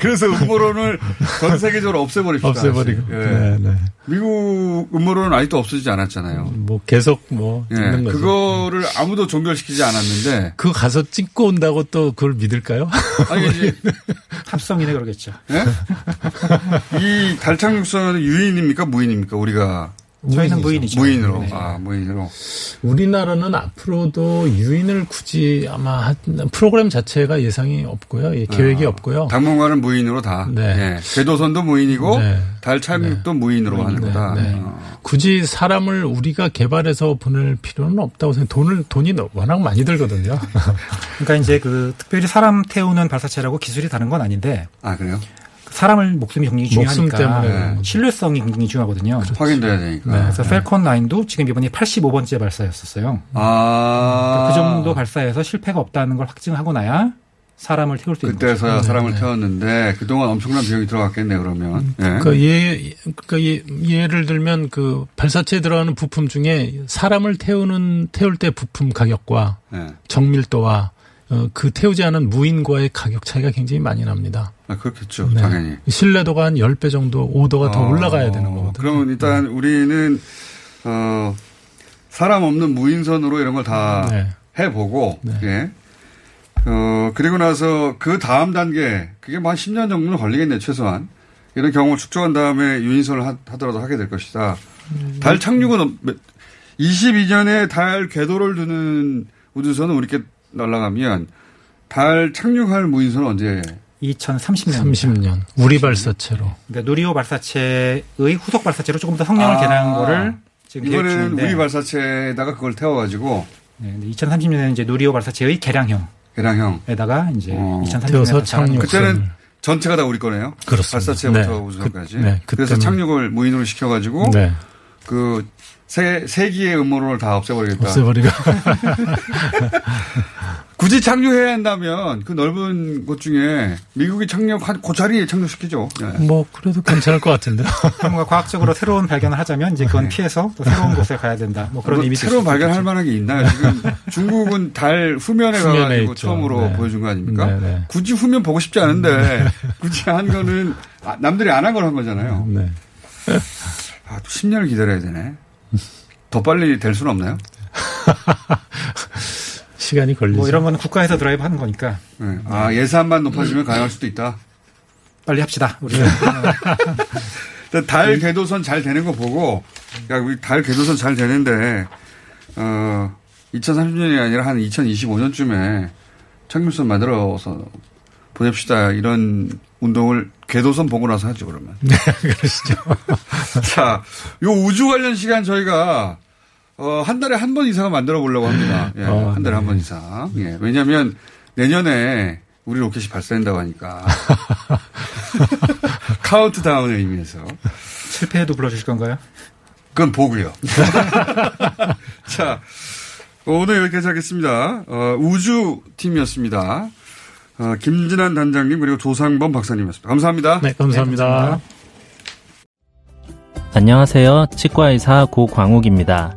Speaker 4: 그래서 음모론을 전 세계적으로 없애버립시다.
Speaker 7: 없애버리고.
Speaker 4: 예.
Speaker 7: 네, 네.
Speaker 4: 미국 음모론은 아직도 없어지지 않았잖아요.
Speaker 7: 뭐 계속 뭐
Speaker 4: 예.
Speaker 7: 있는 거죠.
Speaker 4: 그거를 아무도 종결시키지 않았는데
Speaker 7: 그 가서 찍고 온다고 또 그걸 믿을까요?
Speaker 4: 아니 이제
Speaker 6: 합성이네 그러겠죠.
Speaker 4: 이 달착륙선은 유인입니까 무인입니까 우리가
Speaker 6: 저희는 무인이죠.
Speaker 4: 무인으로
Speaker 6: 네.
Speaker 4: 아 무인으로
Speaker 7: 우리나라는 앞으로도 유인을 굳이 아마 하- 프로그램 자체가 예상이 없고요. 예,
Speaker 4: 아,
Speaker 7: 계획이 없고요.
Speaker 4: 당분간은 무인으로 다.
Speaker 7: 네.
Speaker 4: 예. 궤도선도 무인이고
Speaker 7: 네.
Speaker 4: 달 착륙도 무인으로 하는
Speaker 7: 네,
Speaker 4: 거다.
Speaker 7: 네.
Speaker 4: 어.
Speaker 7: 굳이 사람을 우리가 개발해서 보낼 필요는 없다고 생각. 돈을 돈이 너- 워낙 많이 들거든요.
Speaker 6: 그러니까 이제 그 특별히 사람 태우는 발사체라고 기술이 다른 건 아닌데
Speaker 4: 아 그래요?
Speaker 6: 그 사람을 목숨이 굉장히
Speaker 7: 목숨
Speaker 6: 중요하니까
Speaker 7: 때문에.
Speaker 6: 네. 신뢰성이 굉장히 중요하거든요.
Speaker 7: 그렇죠.
Speaker 6: 네, 그래서
Speaker 4: 확인돼야 되니까.
Speaker 7: 네.
Speaker 6: 펠콘 9도 지금 이번이 85번째 발사였었어요.
Speaker 4: 아.
Speaker 6: 그 정도 발사해서 실패가 없다는 걸 확증하고 나야 사람을 태울 수 있는 거죠.
Speaker 4: 그때서야
Speaker 7: 네.
Speaker 4: 사람을 태웠는데 그동안 엄청난 비용이 들어갔겠네 그러면. 예.
Speaker 7: [LAUGHS] 그 예, 그 예, 예를 들면 그 발사체에 들어가는 부품 중에 사람을 태우는 태울 때 부품 가격과
Speaker 4: 예.
Speaker 7: 정밀도와 어, 그 태우지 않은 무인과의 가격 차이가 굉장히 많이 납니다.
Speaker 4: 아, 그렇겠죠
Speaker 7: 네.
Speaker 4: 당연히.
Speaker 7: 신뢰도가 한 10배 정도 오도가 더
Speaker 4: 어,
Speaker 7: 올라가야 되는 거거든요. 네.
Speaker 4: 그러면 일단 우리는 어 사람 없는 무인선으로 이런 걸 다
Speaker 7: 네.
Speaker 4: 해보고 예. 뭐 어 그리고 나서 그 다음 단계 그게 뭐한 10년 정도는 걸리겠네요 최소한 이런 경험을 축적한 다음에 유인선을 하, 하더라도 하게 될 것이다.
Speaker 7: 음.
Speaker 4: 달 착륙은 22년에 달 궤도를 두는 우주선은 우리께 날아가면 달 착륙할 무인선은 언제?
Speaker 6: 2030년.
Speaker 7: 30년 우리 발사체로
Speaker 6: 그러니까 누리호 발사체의 후속 발사체로 조금 더 성능을
Speaker 4: 아.
Speaker 6: 개량한 거를 지금 계획
Speaker 4: 이거는
Speaker 6: 중인데
Speaker 4: 우리 발사체에다가 그걸 태워가지고
Speaker 6: 2030년에는 이제 누리호 발사체의 개량형에다가
Speaker 4: 계량형.
Speaker 6: 이제
Speaker 4: 어.
Speaker 6: 2030년에
Speaker 7: 태워서 착륙.
Speaker 4: 그때는 전체가 다 우리 거네요.
Speaker 7: 음, 그렇습니다.
Speaker 4: 발사체부터
Speaker 7: 네.
Speaker 4: 우주선까지.
Speaker 7: 그- 네,
Speaker 4: 그래서
Speaker 7: 그때는-
Speaker 4: 착륙을 무인으로 시켜가지고
Speaker 7: 네
Speaker 4: 그 세, 세기의 음모론을 다
Speaker 7: 그러니까.
Speaker 4: 없애버리겠다.
Speaker 7: 없애버리고
Speaker 4: 굳이 착륙해야 한다면 그 넓은 곳 중에 미국이 착륙한 그 고자리에 착륙시키죠. 네.
Speaker 7: [LAUGHS] 뭐 그래도 괜찮을 것 같은데
Speaker 6: 뭔가 과학적으로 새로운 발견을 하자면 이제 그건 피해서 또 새로운 곳에 가야 된다. 뭐 그런
Speaker 4: 네. 뭐
Speaker 6: 의미
Speaker 4: 새로 발견할 만한 게 있나요? 지금 중국은 달 후면에
Speaker 7: 후면에
Speaker 4: 가가지고
Speaker 7: 있죠.
Speaker 4: 처음으로
Speaker 7: 네.
Speaker 4: 보여준 거 아닙니까?
Speaker 7: 네, 네.
Speaker 4: 굳이 후면 보고 싶지 않은데 [LAUGHS] 굳이 한 거는 아, 남들이 안 한 걸 한 거잖아요.
Speaker 7: [LAUGHS] 네
Speaker 4: 아, 또 10년을 기다려야 되네. 더 빨리 될 수는 없나요?
Speaker 7: 시간이 걸리죠.
Speaker 6: 뭐 이런 거는 국가에서 드라이브 하는 거니까
Speaker 4: 네. 아 예산만 높아지면 가능할 수도 있다.
Speaker 6: 빨리 합시다. 우리
Speaker 4: 네. 근데 달 궤도선 잘 되는 거 보고 야 우리 달 궤도선 잘 되는데 어 2030년이 아니라 한 2025년쯤에 착륙선 만들어서 보냅시다 이런 운동을 궤도선 보고 나서 하죠 그러면.
Speaker 7: 네, [LAUGHS] 그러시죠.
Speaker 4: [LAUGHS] 자, 요 우주 관련 시간 저희가 어, 한 달에 한 번 이상은 만들어 보려고 합니다. 예,
Speaker 7: 어,
Speaker 4: 한 달에 한 번 이상. 예, 왜냐하면 내년에 우리 로켓이
Speaker 7: [LAUGHS]
Speaker 4: 발사된다고 하니까 [LAUGHS] 카운트다운의 의미에서
Speaker 6: 실패해도 불러주실 건가요?
Speaker 4: 그건 보고요. [LAUGHS] 자, 오늘 여기까지 하겠습니다. 어, 우주 팀이었습니다. 어, 김진환 단장님 그리고 조상범 박사님이었습니다. 감사합니다.
Speaker 7: 네 감사합니다.
Speaker 8: 안녕하세요. 치과의사 고광욱입니다.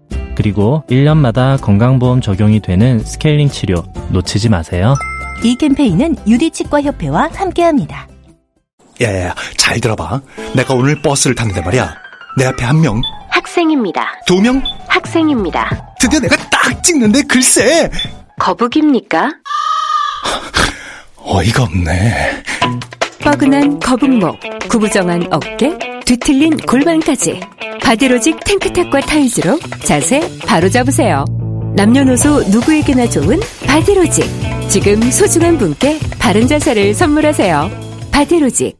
Speaker 8: 그리고 1년마다 건강보험 적용이 되는 스케일링 치료 놓치지 마세요.
Speaker 9: 이 캠페인은 유리치과협회와 함께합니다.
Speaker 10: 야야야 잘 들어봐 내가 오늘 버스를 탔는데 말이야 내 앞에 한명두
Speaker 11: 학생입니다.
Speaker 10: 명?
Speaker 11: 학생입니다.
Speaker 10: 드디어 내가 딱 찍는데 글쎄
Speaker 11: 거북입니까?
Speaker 10: 어이가 없네
Speaker 11: 뻐근한 거북목, 구부정한 어깨, 뒤틀린 골반까지 바디로직 탱크탑과 타이즈로 자세 바로 잡으세요. 남녀노소 누구에게나 좋은 바디로직. 지금 소중한 분께 바른 자세를 선물하세요. 바디로직.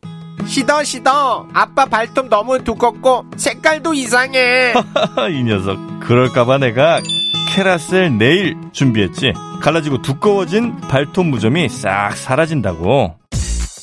Speaker 10: 시더 시더 아빠 발톱 너무 두껍고 색깔도 이상해
Speaker 1: 아, 이 녀석 그럴까봐 내가 캐라셀 네일 준비했지 갈라지고 두꺼워진 발톱 무좀이 싹 사라진다고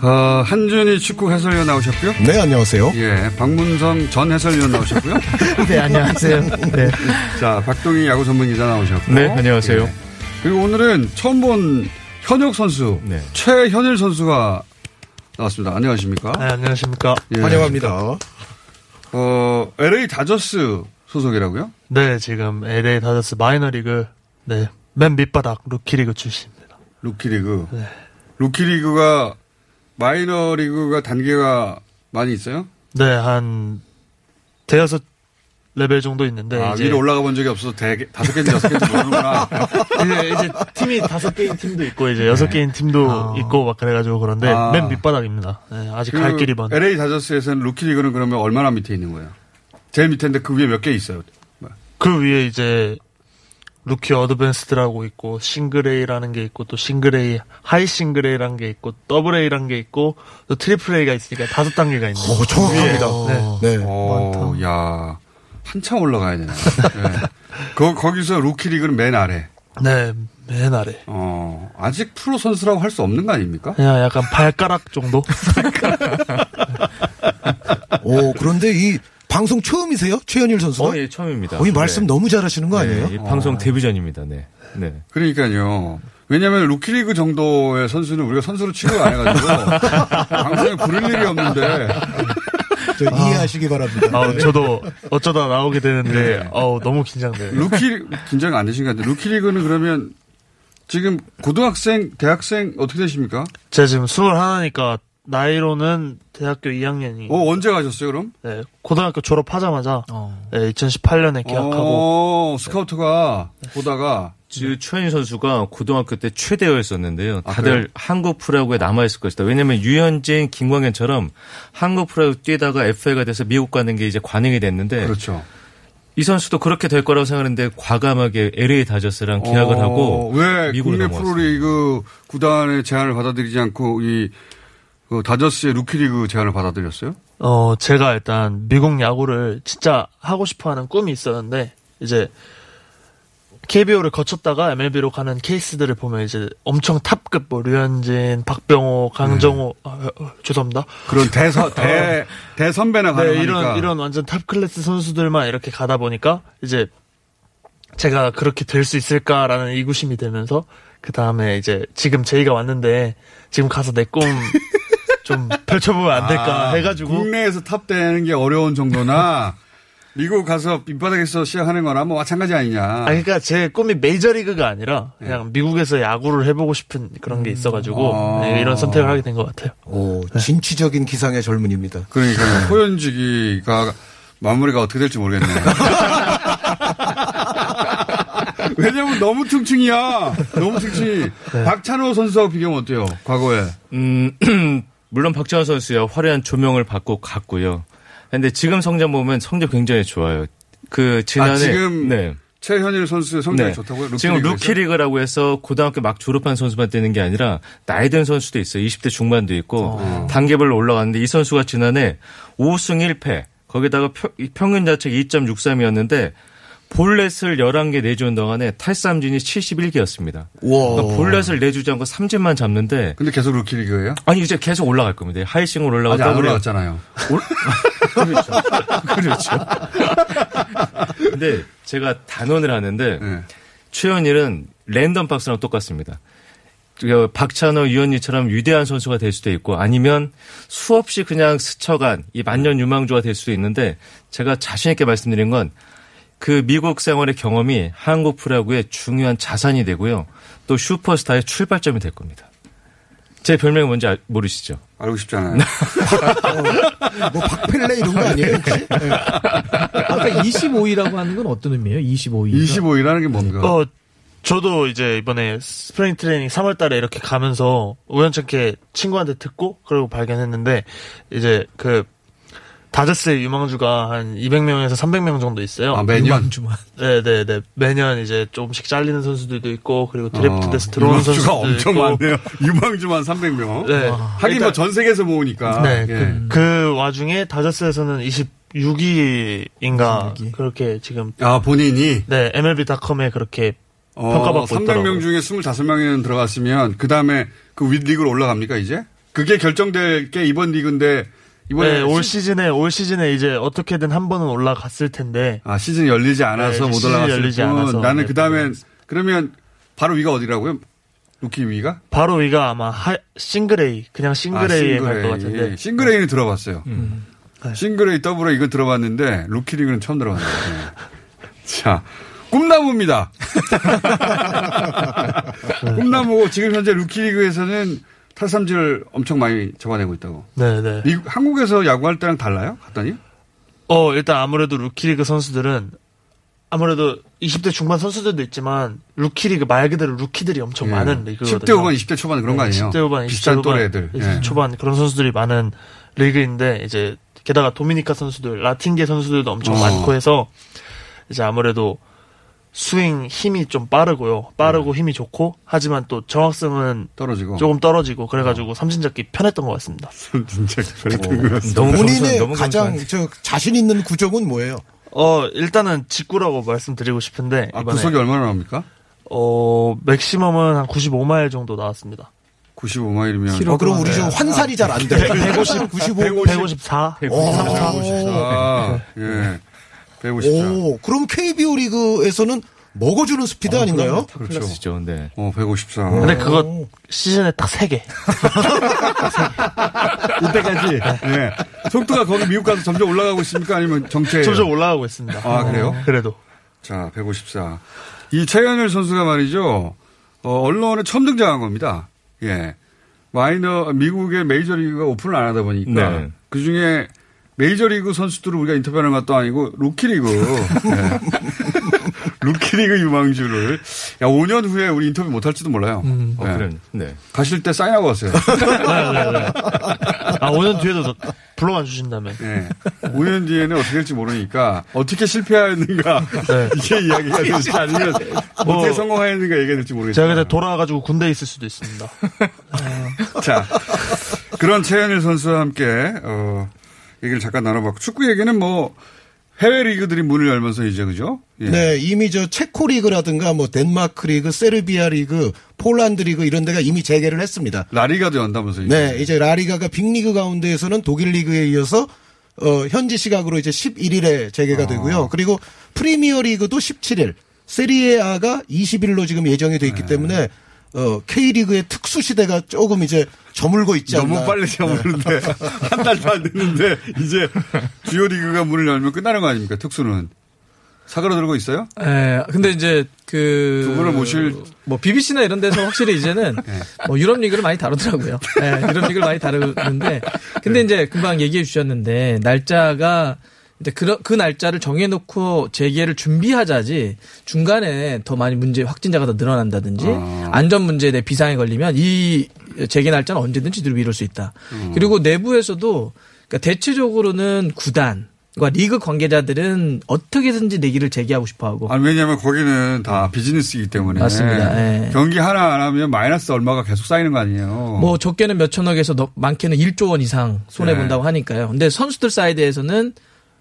Speaker 4: 어, 한준희 축구 해설위원 나오셨고요.
Speaker 10: 네 안녕하세요
Speaker 4: 예, 박문성 전
Speaker 10: [LAUGHS]
Speaker 4: 해설위원 나오셨고요.
Speaker 7: 네 [LAUGHS] 안녕하세요. 네.
Speaker 4: 자, 박동희 야구 전문 기자 나오셨고.
Speaker 7: 네, 안녕하세요.
Speaker 4: 예. 그리고 오늘은 처음 본 현역 선수
Speaker 10: 네.
Speaker 4: 최현일 선수가 나왔습니다. 안녕하십니까?
Speaker 10: 네, 안녕하십니까
Speaker 4: 예.
Speaker 10: 환영합니다
Speaker 4: 어, LA 다저스 소속이라고요?
Speaker 10: 네 지금 LA 다저스 마이너리그 네맨 밑바닥 루키리그 출신입니다
Speaker 4: 루키리그.
Speaker 10: 네.
Speaker 4: 루키리그가 마이너리그가 단계가 많이 있어요?
Speaker 10: 네한 대여섯 레벨 정도 있는데
Speaker 4: 아,
Speaker 10: 네, 이제
Speaker 4: 위로 올라가 본 적이 없어서 대, 다섯 개인지 여섯 개인지 모르는구나.
Speaker 10: [LAUGHS] 이제, 이제 팀이 다섯 개인 팀도 있고 이제
Speaker 12: 네.
Speaker 10: 여섯 개인 팀도
Speaker 12: 아.
Speaker 10: 있고 막 그래가지고 그런데
Speaker 4: 아.
Speaker 10: 네, 맨 밑바닥입니다. 네, 아직
Speaker 4: 그
Speaker 10: 갈 길이 먼.
Speaker 4: LA 다저스에서는 루키리그는 그러면 얼마나 밑에 있는 거예요? 제일 밑에인데 그 위에 몇 개 있어요?
Speaker 10: 그 위에 이제 루키 어드밴스드라고 있고 싱글레이라는 게 있고 또 싱글레이
Speaker 12: 어?
Speaker 10: 하이 싱글레이라는 게 있고 더블레이라는 게 있고 또
Speaker 13: 어, 네.
Speaker 10: 네,
Speaker 7: 어.
Speaker 10: 트리플레이가 있으니까 다섯 단계가 있는. 오 정확합니다. 네.
Speaker 4: 오, 어, 야. 한참 올라가야 되나. 네. 거, 거기서 루키리그는 맨 아래.
Speaker 14: 네, 맨 아래.
Speaker 4: 어, 아직 프로 선수라고 할 수 없는 거 아닙니까?
Speaker 14: 그냥 약간 발가락 정도?
Speaker 13: 오, 그런데 이 방송 처음이세요? 최현일 선수가?
Speaker 12: 어, 예, 처음입니다.
Speaker 13: 어, 이
Speaker 7: 네.
Speaker 13: 말씀 너무 잘하시는 거 아니에요?
Speaker 12: 네, 이 방송
Speaker 10: 어.
Speaker 12: 데뷔 전입니다. 네. 네.
Speaker 4: 그러니까요. 왜냐면 하 루키리그 정도의 선수는 우리가 선수로 취급 안 해가지고 방송에 부를 일이 없는데
Speaker 13: 저 이해하시기 바랍니다.
Speaker 14: 아, 저도 어쩌다 나오게 되는데
Speaker 1: 네.
Speaker 14: 어우 너무 긴장돼요.
Speaker 4: 루키 긴장 안 되신 것 같은데 루키리그는 그러면 지금 고등학생, 대학생 어떻게 되십니까?
Speaker 14: 제가 지금 21이니까 나이로는 대학교 2학년이.
Speaker 4: 어, 언제 가셨어요, 그럼?
Speaker 14: 네, 고등학교 졸업하자마자 네, 2018년에 계약하고
Speaker 4: 오, 어, 스카우트가 보다가
Speaker 12: 그 최현희 선수가 고등학교 때 최대였었는데요. 다들 아, 한국 프로야구에 남아있을 것이다. 왜냐하면 유현진, 김광현처럼 한국 프로야구 뛰다가 FA가 돼서 미국 가는 게 이제 관행이
Speaker 14: 네.
Speaker 12: 됐는데.
Speaker 4: 그렇죠.
Speaker 12: 이 선수도 그렇게 될 거라고 생각하는데 과감하게 LA 다저스랑 계약을 어, 하고
Speaker 4: 왜 국내 프로리그 구단의 제안을 받아들이지 않고 이그 다저스의 루키리그 제안을 받아들였어요?
Speaker 14: 어 제가 일단 미국 야구를 진짜 하고 싶어하는 꿈이 있었는데 이제 KBO를 거쳤다가 MLB로 가는 케이스들을 보면 이제 엄청 탑급 뭐 류현진, 박병호, 강정호 네. 아, 아, 죄송합니다. [LAUGHS]
Speaker 4: 그런 대서 대 대선배나 가는
Speaker 14: 어. 네, 이런 이런 완전 탑 클래스 선수들만 이렇게 가다 보니까 이제 제가 그렇게 될 수 있을까라는 의구심이 되면서 그 다음에 이제 지금 제이가 왔는데 지금 가서 내 꿈 좀
Speaker 12: 어,
Speaker 14: 펼쳐보면 안 될까
Speaker 4: 아,
Speaker 14: 해가지고
Speaker 4: 국내에서 탑되는 게 어려운 정도나. 미국 가서 밑바닥에서 시작하는 거나 뭐 마찬가지 아니냐. 아,
Speaker 14: 그러니까 제 꿈이 메이저리그가 아니라 그냥 네. 미국에서 야구를 해보고 싶은 그런 게 있어가지고 아~ 네, 이런 선택을 하게 된 것 같아요.
Speaker 13: 오, 진취적인 네. 기상의 젊은입니다.
Speaker 4: 그러니까 호연지기가 마무리가 어떻게 될지 모르겠네요. [LAUGHS] 왜냐면 너무 퉁충이야. 너무 퉁충이. 박찬호 선수하고 비교하면 어때요? 과거에.
Speaker 12: 음, 물론 박찬호 선수야 화려한 조명을 받고 갔고요. 근데 지금 성장 보면 성적 굉장히 좋아요. 그 지난해 아,
Speaker 4: 지금 네. 최현일 선수 성적이 네. 좋다고요? 루키리그
Speaker 12: 지금 루키리그라고 해서 고등학교 막 졸업한 선수만 뛰는 게 아니라 나이 든 선수도 있어요. 20대 중반도 있고 아.
Speaker 4: 어.
Speaker 12: 단계별로 올라갔는데 이 선수가 지난해 5승 1패 거기다가 평균 자책 2.63이었는데 볼넷을 11개 내주는 동안에 탈삼진이 71개였습니다. 그러니까 볼넷을 내주지 않고 삼진만 잡는데.
Speaker 4: 근데 계속 루키리그예요
Speaker 12: 아니, 이제 계속 올라갈 겁니다. 하이싱으로 올라가고.
Speaker 4: 아니, 안 올라갔잖아요. 올...
Speaker 12: 그렇죠. 그렇죠. 근데 제가 단언을 하는데, 네. 최현일은 랜덤 박스랑 똑같습니다. 그 박찬호, 유현희처럼 위대한 선수가 될 수도 있고 아니면 수없이 그냥 스쳐간 이 만년 유망주가 될 수도 있는데 제가 자신있게 말씀드린 건그 미국 생활의 경험이 한국 프로야구의 중요한 자산이 되고요. 또 슈퍼스타의 출발점이 될 겁니다. 제 별명이 뭔지 아, 모르시죠?
Speaker 4: 알고 싶잖아요.
Speaker 13: 어, [LAUGHS] 뭐 박펠레 이런 거 아니에요?
Speaker 14: [LAUGHS]
Speaker 13: 네.
Speaker 15: 아까 25위라고 하는 건 어떤 의미예요? 25위.
Speaker 4: 25위라는 게 뭔가?
Speaker 14: 어, 저도 이제 이번에 스프링 트레이닝 3월 달에 이렇게 가면서 우연찮게 친구한테 듣고 그리고 발견했는데 이제 그 다저스의 유망주가 한 200명에서 300명 정도 있어요.
Speaker 4: 아, 매년?
Speaker 14: 네네네. 네. 매년 이제 조금씩 잘리는 선수들도 있고, 그리고 드래프트 돼서 어, 들어온 선수들.
Speaker 4: 유망주가 엄청 있고. 많네요. [LAUGHS] 유망주만 300명.
Speaker 14: 네. 와.
Speaker 4: 하긴 뭐 전 세계에서 모으니까.
Speaker 14: 네. 예. 그, 그, 와중에 다저스에서는 26위인가, 26위? 그렇게 지금.
Speaker 4: 아, 본인이?
Speaker 14: 네, MLB.com에 그렇게 어, 평가받고 300명 있더라고요.
Speaker 4: 300명 중에 25명이는 들어갔으면, 그 다음에 그 윗리그로 올라갑니까, 이제? 그게 결정될 게 이번 리그인데,
Speaker 14: 이번에 네, 올 시즌에 올 시즌에 이제 어떻게든 한 번은 올라갔을 텐데.
Speaker 4: 아 시즌 열리지 않아서 네, 못 올라갔을
Speaker 14: 때. 나는
Speaker 4: 네, 그 다음엔 그러면 바로 위가 어디라고요? 루키 위가?
Speaker 14: 바로 위가 아마 하, 싱그레이 그냥 싱그레이에 아, 싱그레이. 갈것 같은데. 네.
Speaker 4: 싱그레이는 들어봤어요. 음. 싱그레이 더블에 이거 들어봤는데 루키리그는 처음 들어봤어요. 네. [LAUGHS] 자. 꿈나무입니다. [LAUGHS] 꿈나무고 지금 현재 루키리그에서는 탈삼질을 엄청 많이 잡아내고 있다고.
Speaker 14: 네네.
Speaker 4: 미국, 한국에서 야구할 때랑 달라요? 갔더니?
Speaker 14: 어, 일단 아무래도 루키리그 선수들은 아무래도 20대 중반 선수들도 있지만 루키리그 말 그대로 루키들이 엄청 예. 많은 리그거든요.
Speaker 4: 10대 음. 후반, 20대 초반 그런 네, 거 아니에요?
Speaker 14: 10대 후반, 20대
Speaker 4: 비싼
Speaker 14: 후반,
Speaker 4: 또래 애들.
Speaker 14: 20대 예.
Speaker 13: 음.
Speaker 14: 초반 그런 선수들이 많은 리그인데 이제 게다가 도미니카 선수들, 라틴계 선수들도 엄청 어. 많고 해서 이제 아무래도 스윙 힘이 좀 빠르고요.
Speaker 13: 음.
Speaker 14: 빠르고 네. 힘이 좋고 하지만 또 정확성은
Speaker 4: 떨어지고
Speaker 14: 조금 떨어지고 그래가지고 어. 삼진 잡기 편했던 것 같습니다.
Speaker 4: 삼진 잡기 편했던 것 같습니다.
Speaker 13: 본인의 가장 저 자신 있는 구종은 뭐예요?
Speaker 14: 어, 일단은 직구라고 말씀드리고 싶은데.
Speaker 4: 아,
Speaker 14: 이번에
Speaker 4: 구속이 얼마나 나옵니까?
Speaker 14: 어, 맥시멈은 한 95마일 정도 나왔습니다.
Speaker 4: 95마일이면.
Speaker 13: 어, 그럼 우리 좀 환산이 잘 안 돼.
Speaker 14: 150, 95, 154.
Speaker 13: 154.
Speaker 4: 아, 예. 154.
Speaker 13: 오, 그럼 KBO 리그에서는 먹어주는 스피드 아닌가요?
Speaker 12: 그렇죠. 그렇죠. 네.
Speaker 4: 어, 154.
Speaker 14: 근데 그거 시즌에 딱 3개.
Speaker 4: 이때까지. 예. 속도가 거기 미국 가서 점점 올라가고 있습니까? 아니면 정체?
Speaker 14: 점점 올라가고 있습니다. 네,
Speaker 4: 아, 그래요?
Speaker 14: 그래도.
Speaker 4: 자, 154. 이 최현일 선수가 말이죠. 어, 언론에 처음 등장한 겁니다. 예. 마이너, 미국의 메이저리그가 오픈을 안 하다 보니까.
Speaker 12: 네.
Speaker 4: 그 중에 메이저리그 선수들을 우리가 인터뷰하는 것도 아니고, 루키리그.
Speaker 14: [LAUGHS]
Speaker 4: 예. 루키리그 유망주를. 야, 5년 후에 우리 인터뷰 못할지도 몰라요.
Speaker 14: 음.
Speaker 12: 어,
Speaker 4: 예.
Speaker 12: 그럼, 네.
Speaker 4: 가실 때 사인하고 가세요.
Speaker 14: 아, 5년 뒤에도 불러만 주신다면.
Speaker 4: 예. 5년 뒤에는 어떻게 될지 모르니까 어떻게 실패하였는가
Speaker 13: 네.
Speaker 4: [LAUGHS] 이게 이야기가 될지 아니면 어떻게
Speaker 14: 뭐,
Speaker 4: 성공하였는가 얘기가 될지 모르겠어요.
Speaker 14: 제가 그때 돌아와가지고 군대에 있을 수도 있습니다.
Speaker 4: 자, 그런 최현일 선수와 함께, 어, 얘기를 잠깐 나눠봤고, 축구 얘기는 뭐, 해외 리그들이 문을 열면서 이제, 그죠? 예.
Speaker 13: 네, 이미 저 체코 리그라든가 뭐 덴마크 리그, 세르비아 리그, 폴란드 리그 이런 데가 이미 재개를 했습니다.
Speaker 4: 라리가도 연다면서 이제.
Speaker 13: 네, 이제 라리가가 빅리그 가운데에서는 독일 리그에 이어서 어, 현지 시각으로 이제 11일에
Speaker 4: 아.
Speaker 13: 재개가 되고요. 그리고 프리미어 리그도 17일, 세리에아가 20일로 지금 예정이 돼
Speaker 4: 네.
Speaker 13: 있기 때문에 어, K리그의 특수 시대가 조금 이제 저물고 있지 않나. 네.
Speaker 4: 너무 빨리 잡으는데, [LAUGHS] 한 달도 안 됐는데, 이제 주요 리그가 문을 열면 끝나는 거 아닙니까? 특수는. 사그라들고 있어요?
Speaker 15: 예, 근데 이제 그.
Speaker 4: 두 분을 모실-
Speaker 15: 뭐, BBC나 이런 데서 확실히 이제는 뭐 유럽 리그를 많이 다루더라고요. 예, 유럽 리그를 많이 다루는데. 근데 이제 금방 얘기해 주셨는데, 날짜가 이제 그, 그 날짜를 정해놓고 재개를 준비하자지 중간에 더 많이 문제 확진자가 더 늘어난다든지 안전 문제에 대해 비상에 걸리면 이 재개 날짜는 언제든지 뒤로 미룰 수 있다. 그리고 내부에서도 그러니까 대체적으로는 구단 과 아, 리그 관계자들은 어떻게든지 내기를 재개하고 싶어하고
Speaker 4: 아, 왜냐하면 거기는 다 비즈니스이기 때문에
Speaker 15: 맞습니다. 예.
Speaker 4: 경기 하나 안 하면 마이너스 얼마가 계속 쌓이는 거 아니에요.
Speaker 15: 뭐 적게는 몇 천억에서 너- 많게는 1조 원 이상 손해 본다고 하니까요. 근데 선수들 사이드에서는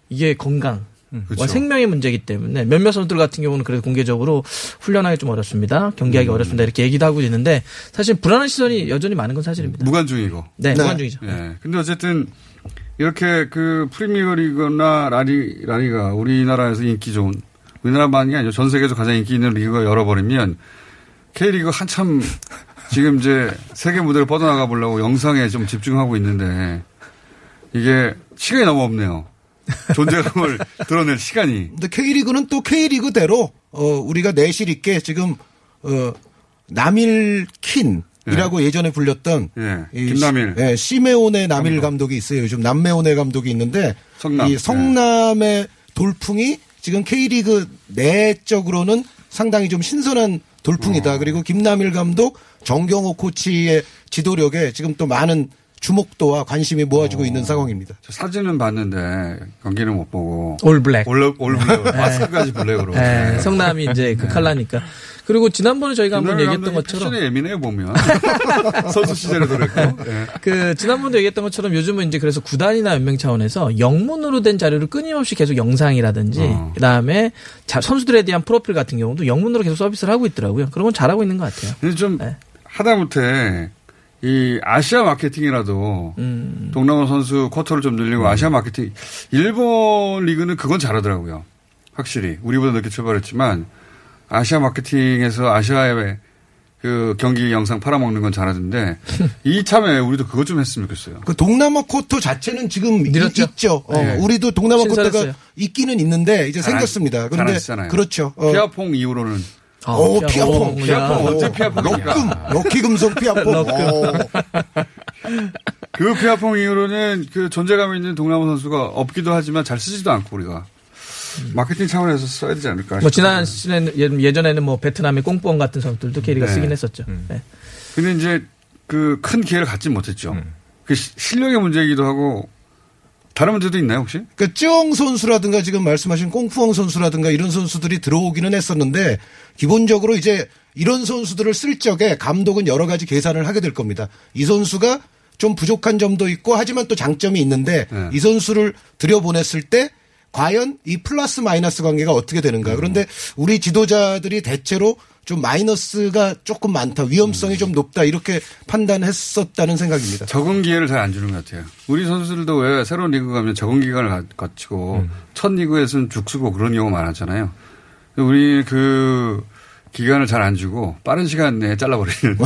Speaker 15: 이게 건강. 와
Speaker 4: 그렇죠.
Speaker 15: 뭐 생명의 문제이기 때문에 몇몇 선수들 같은 경우는 그래도 공개적으로 훈련하기 좀 어렵습니다. 경기하기 어렵습니다. 이렇게 얘기도 하고 있는데 사실 불안한 시선이 여전히 많은 건 사실입니다.
Speaker 4: 무관중이고.
Speaker 15: 네, 무관중이죠.
Speaker 4: 예. 근데 어쨌든 이렇게 그 프리미어리그나 라리 라리가 우리나라에서 인기 좋은 우리나라만이 아니라 전 세계에서 가장 인기 있는 리그가 열어버리면 K리그 한참 지금 이제 세계 무대를 뻗어나가 보려고 영상에 좀 집중하고 있는데 이게 시간이 너무 없네요. 존재감을 [LAUGHS] 드러낼 시간이.
Speaker 13: 근데 K리그는 또 K리그대로 어, 우리가 내실 있게 지금 어,
Speaker 4: 네.
Speaker 13: 남일킨이라고 예. 전에 불렸던
Speaker 4: 예,
Speaker 13: 이
Speaker 4: 김남일.
Speaker 13: 시- 예, 시메온의 남일 감독. 이 있어요. 요즘 남메온의 감독이 있는데
Speaker 4: 성남. 네.
Speaker 13: 이 성남의 돌풍이 지금 K리그 내적으로는 상당히 좀 신선한 돌풍이다.
Speaker 4: 음.
Speaker 13: 그리고 김남일 감독, 정경호 코치의 지도력에 지금 또 많은 주목도와 관심이 모아지고
Speaker 4: 어.
Speaker 13: 있는 상황입니다.
Speaker 4: 저 사진은 봤는데 경기는 못 보고
Speaker 15: 올블랙.
Speaker 4: 올, 올블랙 마스크까지 블랙으로.
Speaker 15: 예, 네. 성남이 이제 그 칼라니까. 그리고 지난번에 저희가 한번
Speaker 4: 네. 김남일
Speaker 15: 얘기했던
Speaker 4: 감독이
Speaker 15: 것처럼
Speaker 4: 패션에 예민해요 보면 [LAUGHS] 선수 시절에도 그랬고 예.
Speaker 15: 그 지난번도 얘기했던 것처럼 요즘은 이제 그래서 구단이나 연맹 차원에서 영문으로 된 자료를 끊임없이 계속 영상이라든지
Speaker 4: 어.
Speaker 15: 그다음에 자- 선수들에 대한 프로필 같은 경우도 영문으로 계속 서비스를 하고 있더라고요. 그런 건 잘하고 있는 것 같아요.
Speaker 4: 근데 좀 하다못해 이 아시아 마케팅이라도 동남아 선수 쿼터를 좀 늘리고 아시아 마케팅 일본 리그는 그건 잘하더라고요. 확실히 우리보다 늦게 출발했지만 아시아 마케팅에서 아시아의 그 경기 영상 팔아먹는 건 잘하던데 이참에 우리도 그거 좀 했으면 좋겠어요.
Speaker 13: 그 동남아 쿼터 자체는 지금 이-
Speaker 15: 늘었죠?
Speaker 13: 있죠. 어,
Speaker 4: 네. 아,
Speaker 13: 우리도 동남아
Speaker 15: 신설했어요.
Speaker 13: 쿼터가 있기는 있는데 이제 생겼습니다.
Speaker 4: 잘
Speaker 13: 그런데
Speaker 4: 하시잖아요.
Speaker 13: 그렇죠. 어,
Speaker 4: 피아퐁 이후로는
Speaker 13: 오, 피아퐁.
Speaker 4: 피아퐁 언제 피아퐁입니까?
Speaker 13: 럭금, 럭키 금속 피아퐁. 어,
Speaker 4: 그 피아퐁 이후로는 그 존재감 있는 동남아 선수가 없기도 하지만 잘 쓰지도 않고 우리가 마케팅 차원에서 써야 되지 않을까. 싶어요.
Speaker 15: 뭐 지난 시즌에는 예전에는 뭐 베트남의 꽁뽕 같은 선수들도 캐리가
Speaker 4: 네.
Speaker 15: 쓰긴 했었죠. 음. 네.
Speaker 4: 근데 이제 그 큰 기회를 갖진 못했죠. 그 시- 실력의 문제이기도 하고 다른 문제도 있나요 혹시?
Speaker 13: 그러니까 쯔엉 선수라든가 지금 말씀하신 꽁푸엉 선수라든가 이런 선수들이 들어오기는 했었는데 기본적으로 이제 이런 선수들을 쓸 적에 감독은 여러 가지 계산을 하게 될 겁니다. 이 선수가 좀 부족한 점도 있고 하지만 또 장점이 있는데 이 선수를 들여보냈을 때 과연 이 플러스 마이너스 관계가 어떻게 되는가. 그런데 우리 지도자들이 대체로 좀 마이너스가 조금 많다, 위험성이 좀 높다 이렇게 판단했었다는 생각입니다.
Speaker 4: 적응 기회를 잘 안 주는 것 같아요. 우리 선수들도 왜 새로운 리그 가면 적응 기간을 가- 거치고
Speaker 15: 음.
Speaker 4: 첫 리그에서는 죽쓰고 그런 경우 많았잖아요. 우리 그 기간을 잘 안 주고 빠른 시간 내에
Speaker 15: [LAUGHS]
Speaker 4: 잘라버리는.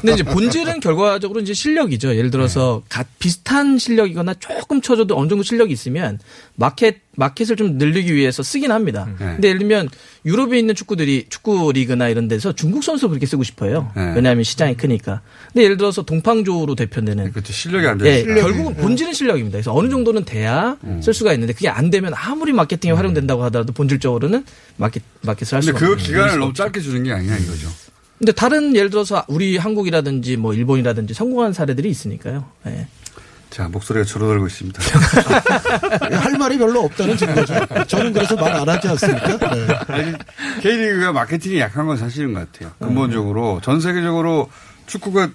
Speaker 15: 근데 이제 본질은 결과적으로 이제 실력이죠. 예를 들어서
Speaker 4: 네.
Speaker 15: 가- 비슷한 실력이거나 조금 쳐줘도 어느 정도 실력이 있으면 마켓 마켓을 좀 늘리기 위해서 쓰긴 합니다.
Speaker 4: 음.
Speaker 15: 근데 예를 들면 유럽에 있는 축구들이 축구 리그나 이런 데서 중국 선수 그렇게 쓰고 싶어요.
Speaker 4: 네.
Speaker 15: 왜냐하면 시장이 크니까. 근데 예를 들어서 동팡조로 대표되는
Speaker 4: 네, 그 실력이 음. 안
Speaker 15: 예,
Speaker 4: 되니까.
Speaker 15: 결국은 본질은 실력입니다. 그래서 어느 정도는 돼야 쓸 수가 있는데 그게 안 되면 아무리 마케팅에 활용된다고 하더라도 본질적으로는 마켓 마켓을 할
Speaker 4: 음. 근데
Speaker 15: 수가
Speaker 4: 그
Speaker 15: 없는
Speaker 4: 기간을
Speaker 15: 수가
Speaker 4: 너무 짧게 주는 게 아니냐 이거죠.
Speaker 15: 근데 다른 예를 들어서 우리 한국이라든지 뭐 일본이라든지 성공한 사례들이 있으니까요. 예.
Speaker 4: 자 목소리가 줄어들고
Speaker 15: [LAUGHS]
Speaker 4: 있습니다.
Speaker 13: 할 말이 별로 없다는 증거죠. 저는 그래서 말 안 하지 않습니까? 네.
Speaker 4: 아니, K리그가 마케팅이 약한 건 사실인 것 같아요. 근본적으로
Speaker 15: 네.
Speaker 4: 전 세계적으로 축구가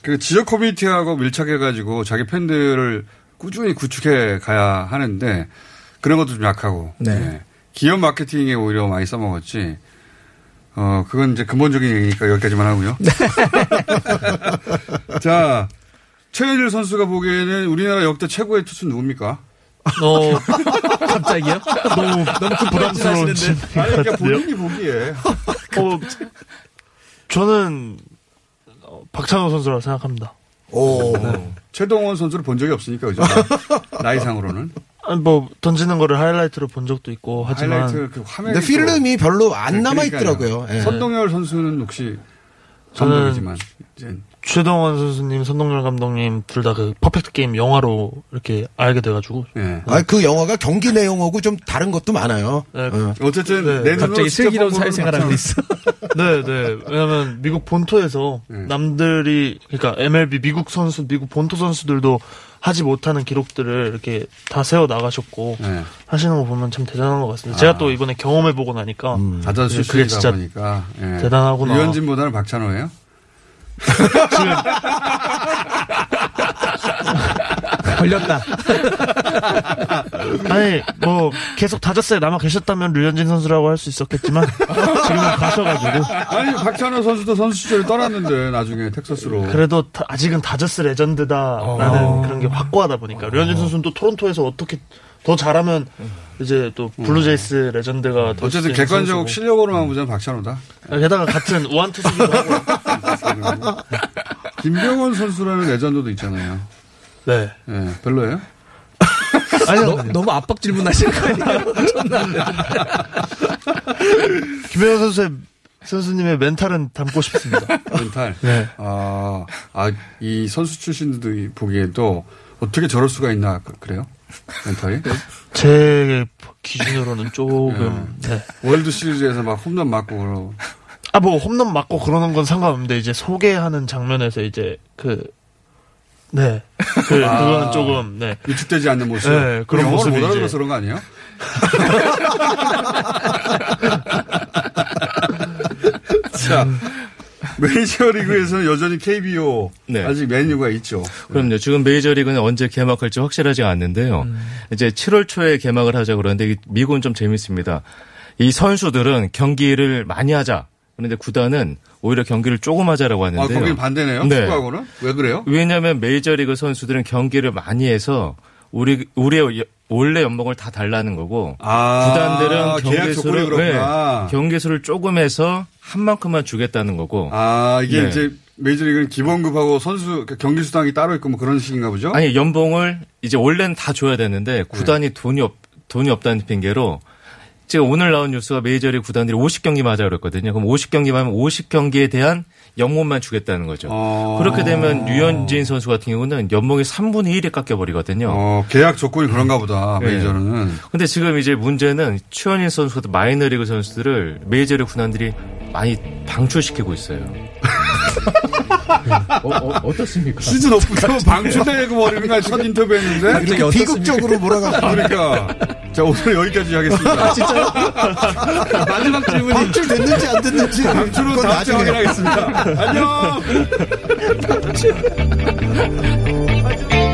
Speaker 4: 그 지역 커뮤니티하고 밀착해가지고 자기 팬들을 꾸준히 구축해 가야 하는데 그런 것도 좀 약하고
Speaker 15: 네.
Speaker 4: 예. 기업 마케팅에 오히려 많이 써먹었지. 어 그건 이제 근본적인 얘기니까 여기까지만 하고요.
Speaker 15: 네.
Speaker 4: [LAUGHS] 자 최현일 선수가 보기에는 우리나라 역대 최고의 투수 누굽니까?
Speaker 15: 어, 갑자기요? 너무, 너무 큰
Speaker 14: 부담스러운 질문
Speaker 4: 아니, 그러니까
Speaker 14: 같은데요?
Speaker 4: 본인이 보기에. [LAUGHS]
Speaker 14: 어, 저는 어, 박찬호 선수라고 생각합니다.
Speaker 4: 오. 최동원 선수를 본 적이 없으니까, 그죠? [LAUGHS] 나이상으로는.
Speaker 14: 아니, 뭐 던지는 거를 하이라이트로 본 적도 있고 하지만
Speaker 4: 하이라이트 그 화면이
Speaker 13: 근데 필름이 별로 안
Speaker 4: 네,
Speaker 13: 남아
Speaker 4: 그러니까요.
Speaker 13: 있더라고요. 예.
Speaker 4: 선동열 선수는 혹시
Speaker 14: 저는
Speaker 4: 감독이지만
Speaker 14: 음,
Speaker 4: 이제
Speaker 14: 최동원 선수님, 선동열 감독님 둘 다 그 퍼펙트 게임 영화로 이렇게 알게 돼가지고.
Speaker 4: 예.
Speaker 13: 아, 그 영화가 경기 내용하고 좀 다른 것도 많아요.
Speaker 14: 네.
Speaker 4: 어쨌든
Speaker 14: 네.
Speaker 15: 갑자기 슬기로운 사회생활하고 있어.
Speaker 14: 네, 네. 왜냐면 미국 본토에서 남들이 그러니까 MLB 미국 선수, 미국 본토 선수들도 하지 못하는 기록들을 이렇게 다 세워 나가셨고
Speaker 4: 예.
Speaker 14: 하시는 거 보면 참 대단한 것 같습니다. 제가 또 이번에 경험해 보고 나니까
Speaker 4: 아. 음. 다자수
Speaker 14: 네, 그게 진짜
Speaker 4: 보니까 예.
Speaker 14: 대단하구나.
Speaker 4: 유현진보다는 박찬호예요?
Speaker 15: 걸렸다.
Speaker 14: 아니 뭐 계속 다저스에 남아 계셨다면 류현진 선수라고 할 수
Speaker 4: [LAUGHS]
Speaker 14: 있었겠지만 지금은 가셔가지고
Speaker 4: 아니 박찬호 선수도 선수 시절에 떠났는데 나중에 텍사스로
Speaker 14: 그래도 다- 아직은 다저스 레전드다라는
Speaker 4: 어.
Speaker 14: 그런 게 확고하다 보니까 류현진 선수는 또 토론토에서 어떻게 더 잘하면 이제 또
Speaker 4: 음.
Speaker 14: 블루제이스 레전드가 될 수도
Speaker 4: 어쨌든
Speaker 14: 있는
Speaker 4: 객관적
Speaker 14: 네, 선수고. 음.
Speaker 4: 실력으로만 보자면 박찬호다.
Speaker 14: 게다가 같은 우한투수기도
Speaker 4: [LAUGHS]
Speaker 14: 하고
Speaker 4: 김병원 선수라는 레전드도 있잖아요.
Speaker 14: 네.
Speaker 4: 별로예요?
Speaker 14: 아니요.
Speaker 15: 너, 무 압박 질문하시는 거 아니에요?
Speaker 14: 김혜연 선수의 선수님의 멘탈은 담고
Speaker 4: [LAUGHS]
Speaker 14: 싶습니다.
Speaker 4: 멘탈.
Speaker 14: [LAUGHS]
Speaker 4: 네. 아, 아, 이 선수 출신들이 보기에도 어떻게 저럴 수가 있나 그- 그래요? 멘탈이?
Speaker 14: 네. 제 기준으로는
Speaker 4: 음.
Speaker 14: 조금 네.
Speaker 4: 월드 시리즈에서 막 홈런 맞고 그러고.
Speaker 14: 아, 뭐, 홈런 맞고 그러는 건 상관없는데, 이제 소개하는 장면에서 이제, 그, 네. 그,
Speaker 4: 아.
Speaker 14: 그거는 조금, 네.
Speaker 4: 위축되지 않는 모습.
Speaker 14: 네, 그런
Speaker 4: 영어를
Speaker 14: 모습이
Speaker 4: 못 알아들어서
Speaker 14: 이제.
Speaker 4: 그런 거 아니에요? [LAUGHS] 자,
Speaker 14: 음.
Speaker 4: 메이저리그에서는 여전히 KBO
Speaker 14: 네.
Speaker 4: 아직 메뉴가 있죠.
Speaker 12: 그럼요. 지금 메이저리그는 언제 개막할지 확실하지 않는데요.
Speaker 14: 음.
Speaker 12: 이제 7월 초에 개막을 하자 그러는데 이게 미국은 좀 재밌습니다. 이 선수들은 경기를 많이 하자. 그런데 구단은 오히려 경기를 조금 하자라고
Speaker 4: 아,
Speaker 12: 하는데요.
Speaker 4: 거기 반대네요.
Speaker 12: 네.
Speaker 4: 축구하고는 왜 그래요?
Speaker 12: 왜냐하면 메이저리그 선수들은 경기를 많이 해서 우리 우리의 여- 원래 연봉을 다 달라는 거고
Speaker 4: 아,
Speaker 12: 구단들은
Speaker 4: 계약 조건이
Speaker 12: 경기수를
Speaker 13: 네,
Speaker 4: 그렇구나.
Speaker 12: 경기수를 조금 해서 한 만큼만 주겠다는 거고
Speaker 4: 아, 이게
Speaker 12: 네.
Speaker 4: 이제 메이저리그는 기본급하고 선수 그러니까 경기 수당이 따로 있고 뭐 그런 식인가 보죠?
Speaker 12: 아니 연봉을 네. 이제 원래는 다 줘야 되는데 구단이 돈이 없 돈이 없다는 핑계로 지금 오늘 나온 뉴스가 메이저리 구단들이 50경기 맞아 그랬거든요. 그럼 50경기만 하면 50경기에 대한 연봉만 주겠다는 거죠.
Speaker 4: 어.
Speaker 12: 그렇게 되면 류현진 선수 같은 경우는 연봉이 3분의 1이 깎여 버리거든요.
Speaker 4: 어, 계약 조건이 그런가 보다.
Speaker 13: 네.
Speaker 4: 메이저는.
Speaker 12: 근데 지금 이제 문제는 최원인 선수 같은 마이너리그 선수들을 메이저리 구단들이 많이 방출시키고 있어요. 어, 떻습니까
Speaker 4: 시즌 오프가 방출되고 버리는 거야. 첫 인터뷰 했는데.
Speaker 13: 갑자기 이렇게 비극적으로 몰아가고. 아,
Speaker 4: 그러니까. 자, 오늘 여기까지 하겠습니다.
Speaker 13: 진짜요?
Speaker 4: 마지막 질문이.
Speaker 13: 방출됐는지 안 됐는지
Speaker 4: 방출은
Speaker 13: 그건
Speaker 4: 다음 주에
Speaker 13: 나중에.
Speaker 4: 확인하겠습니다. 안녕!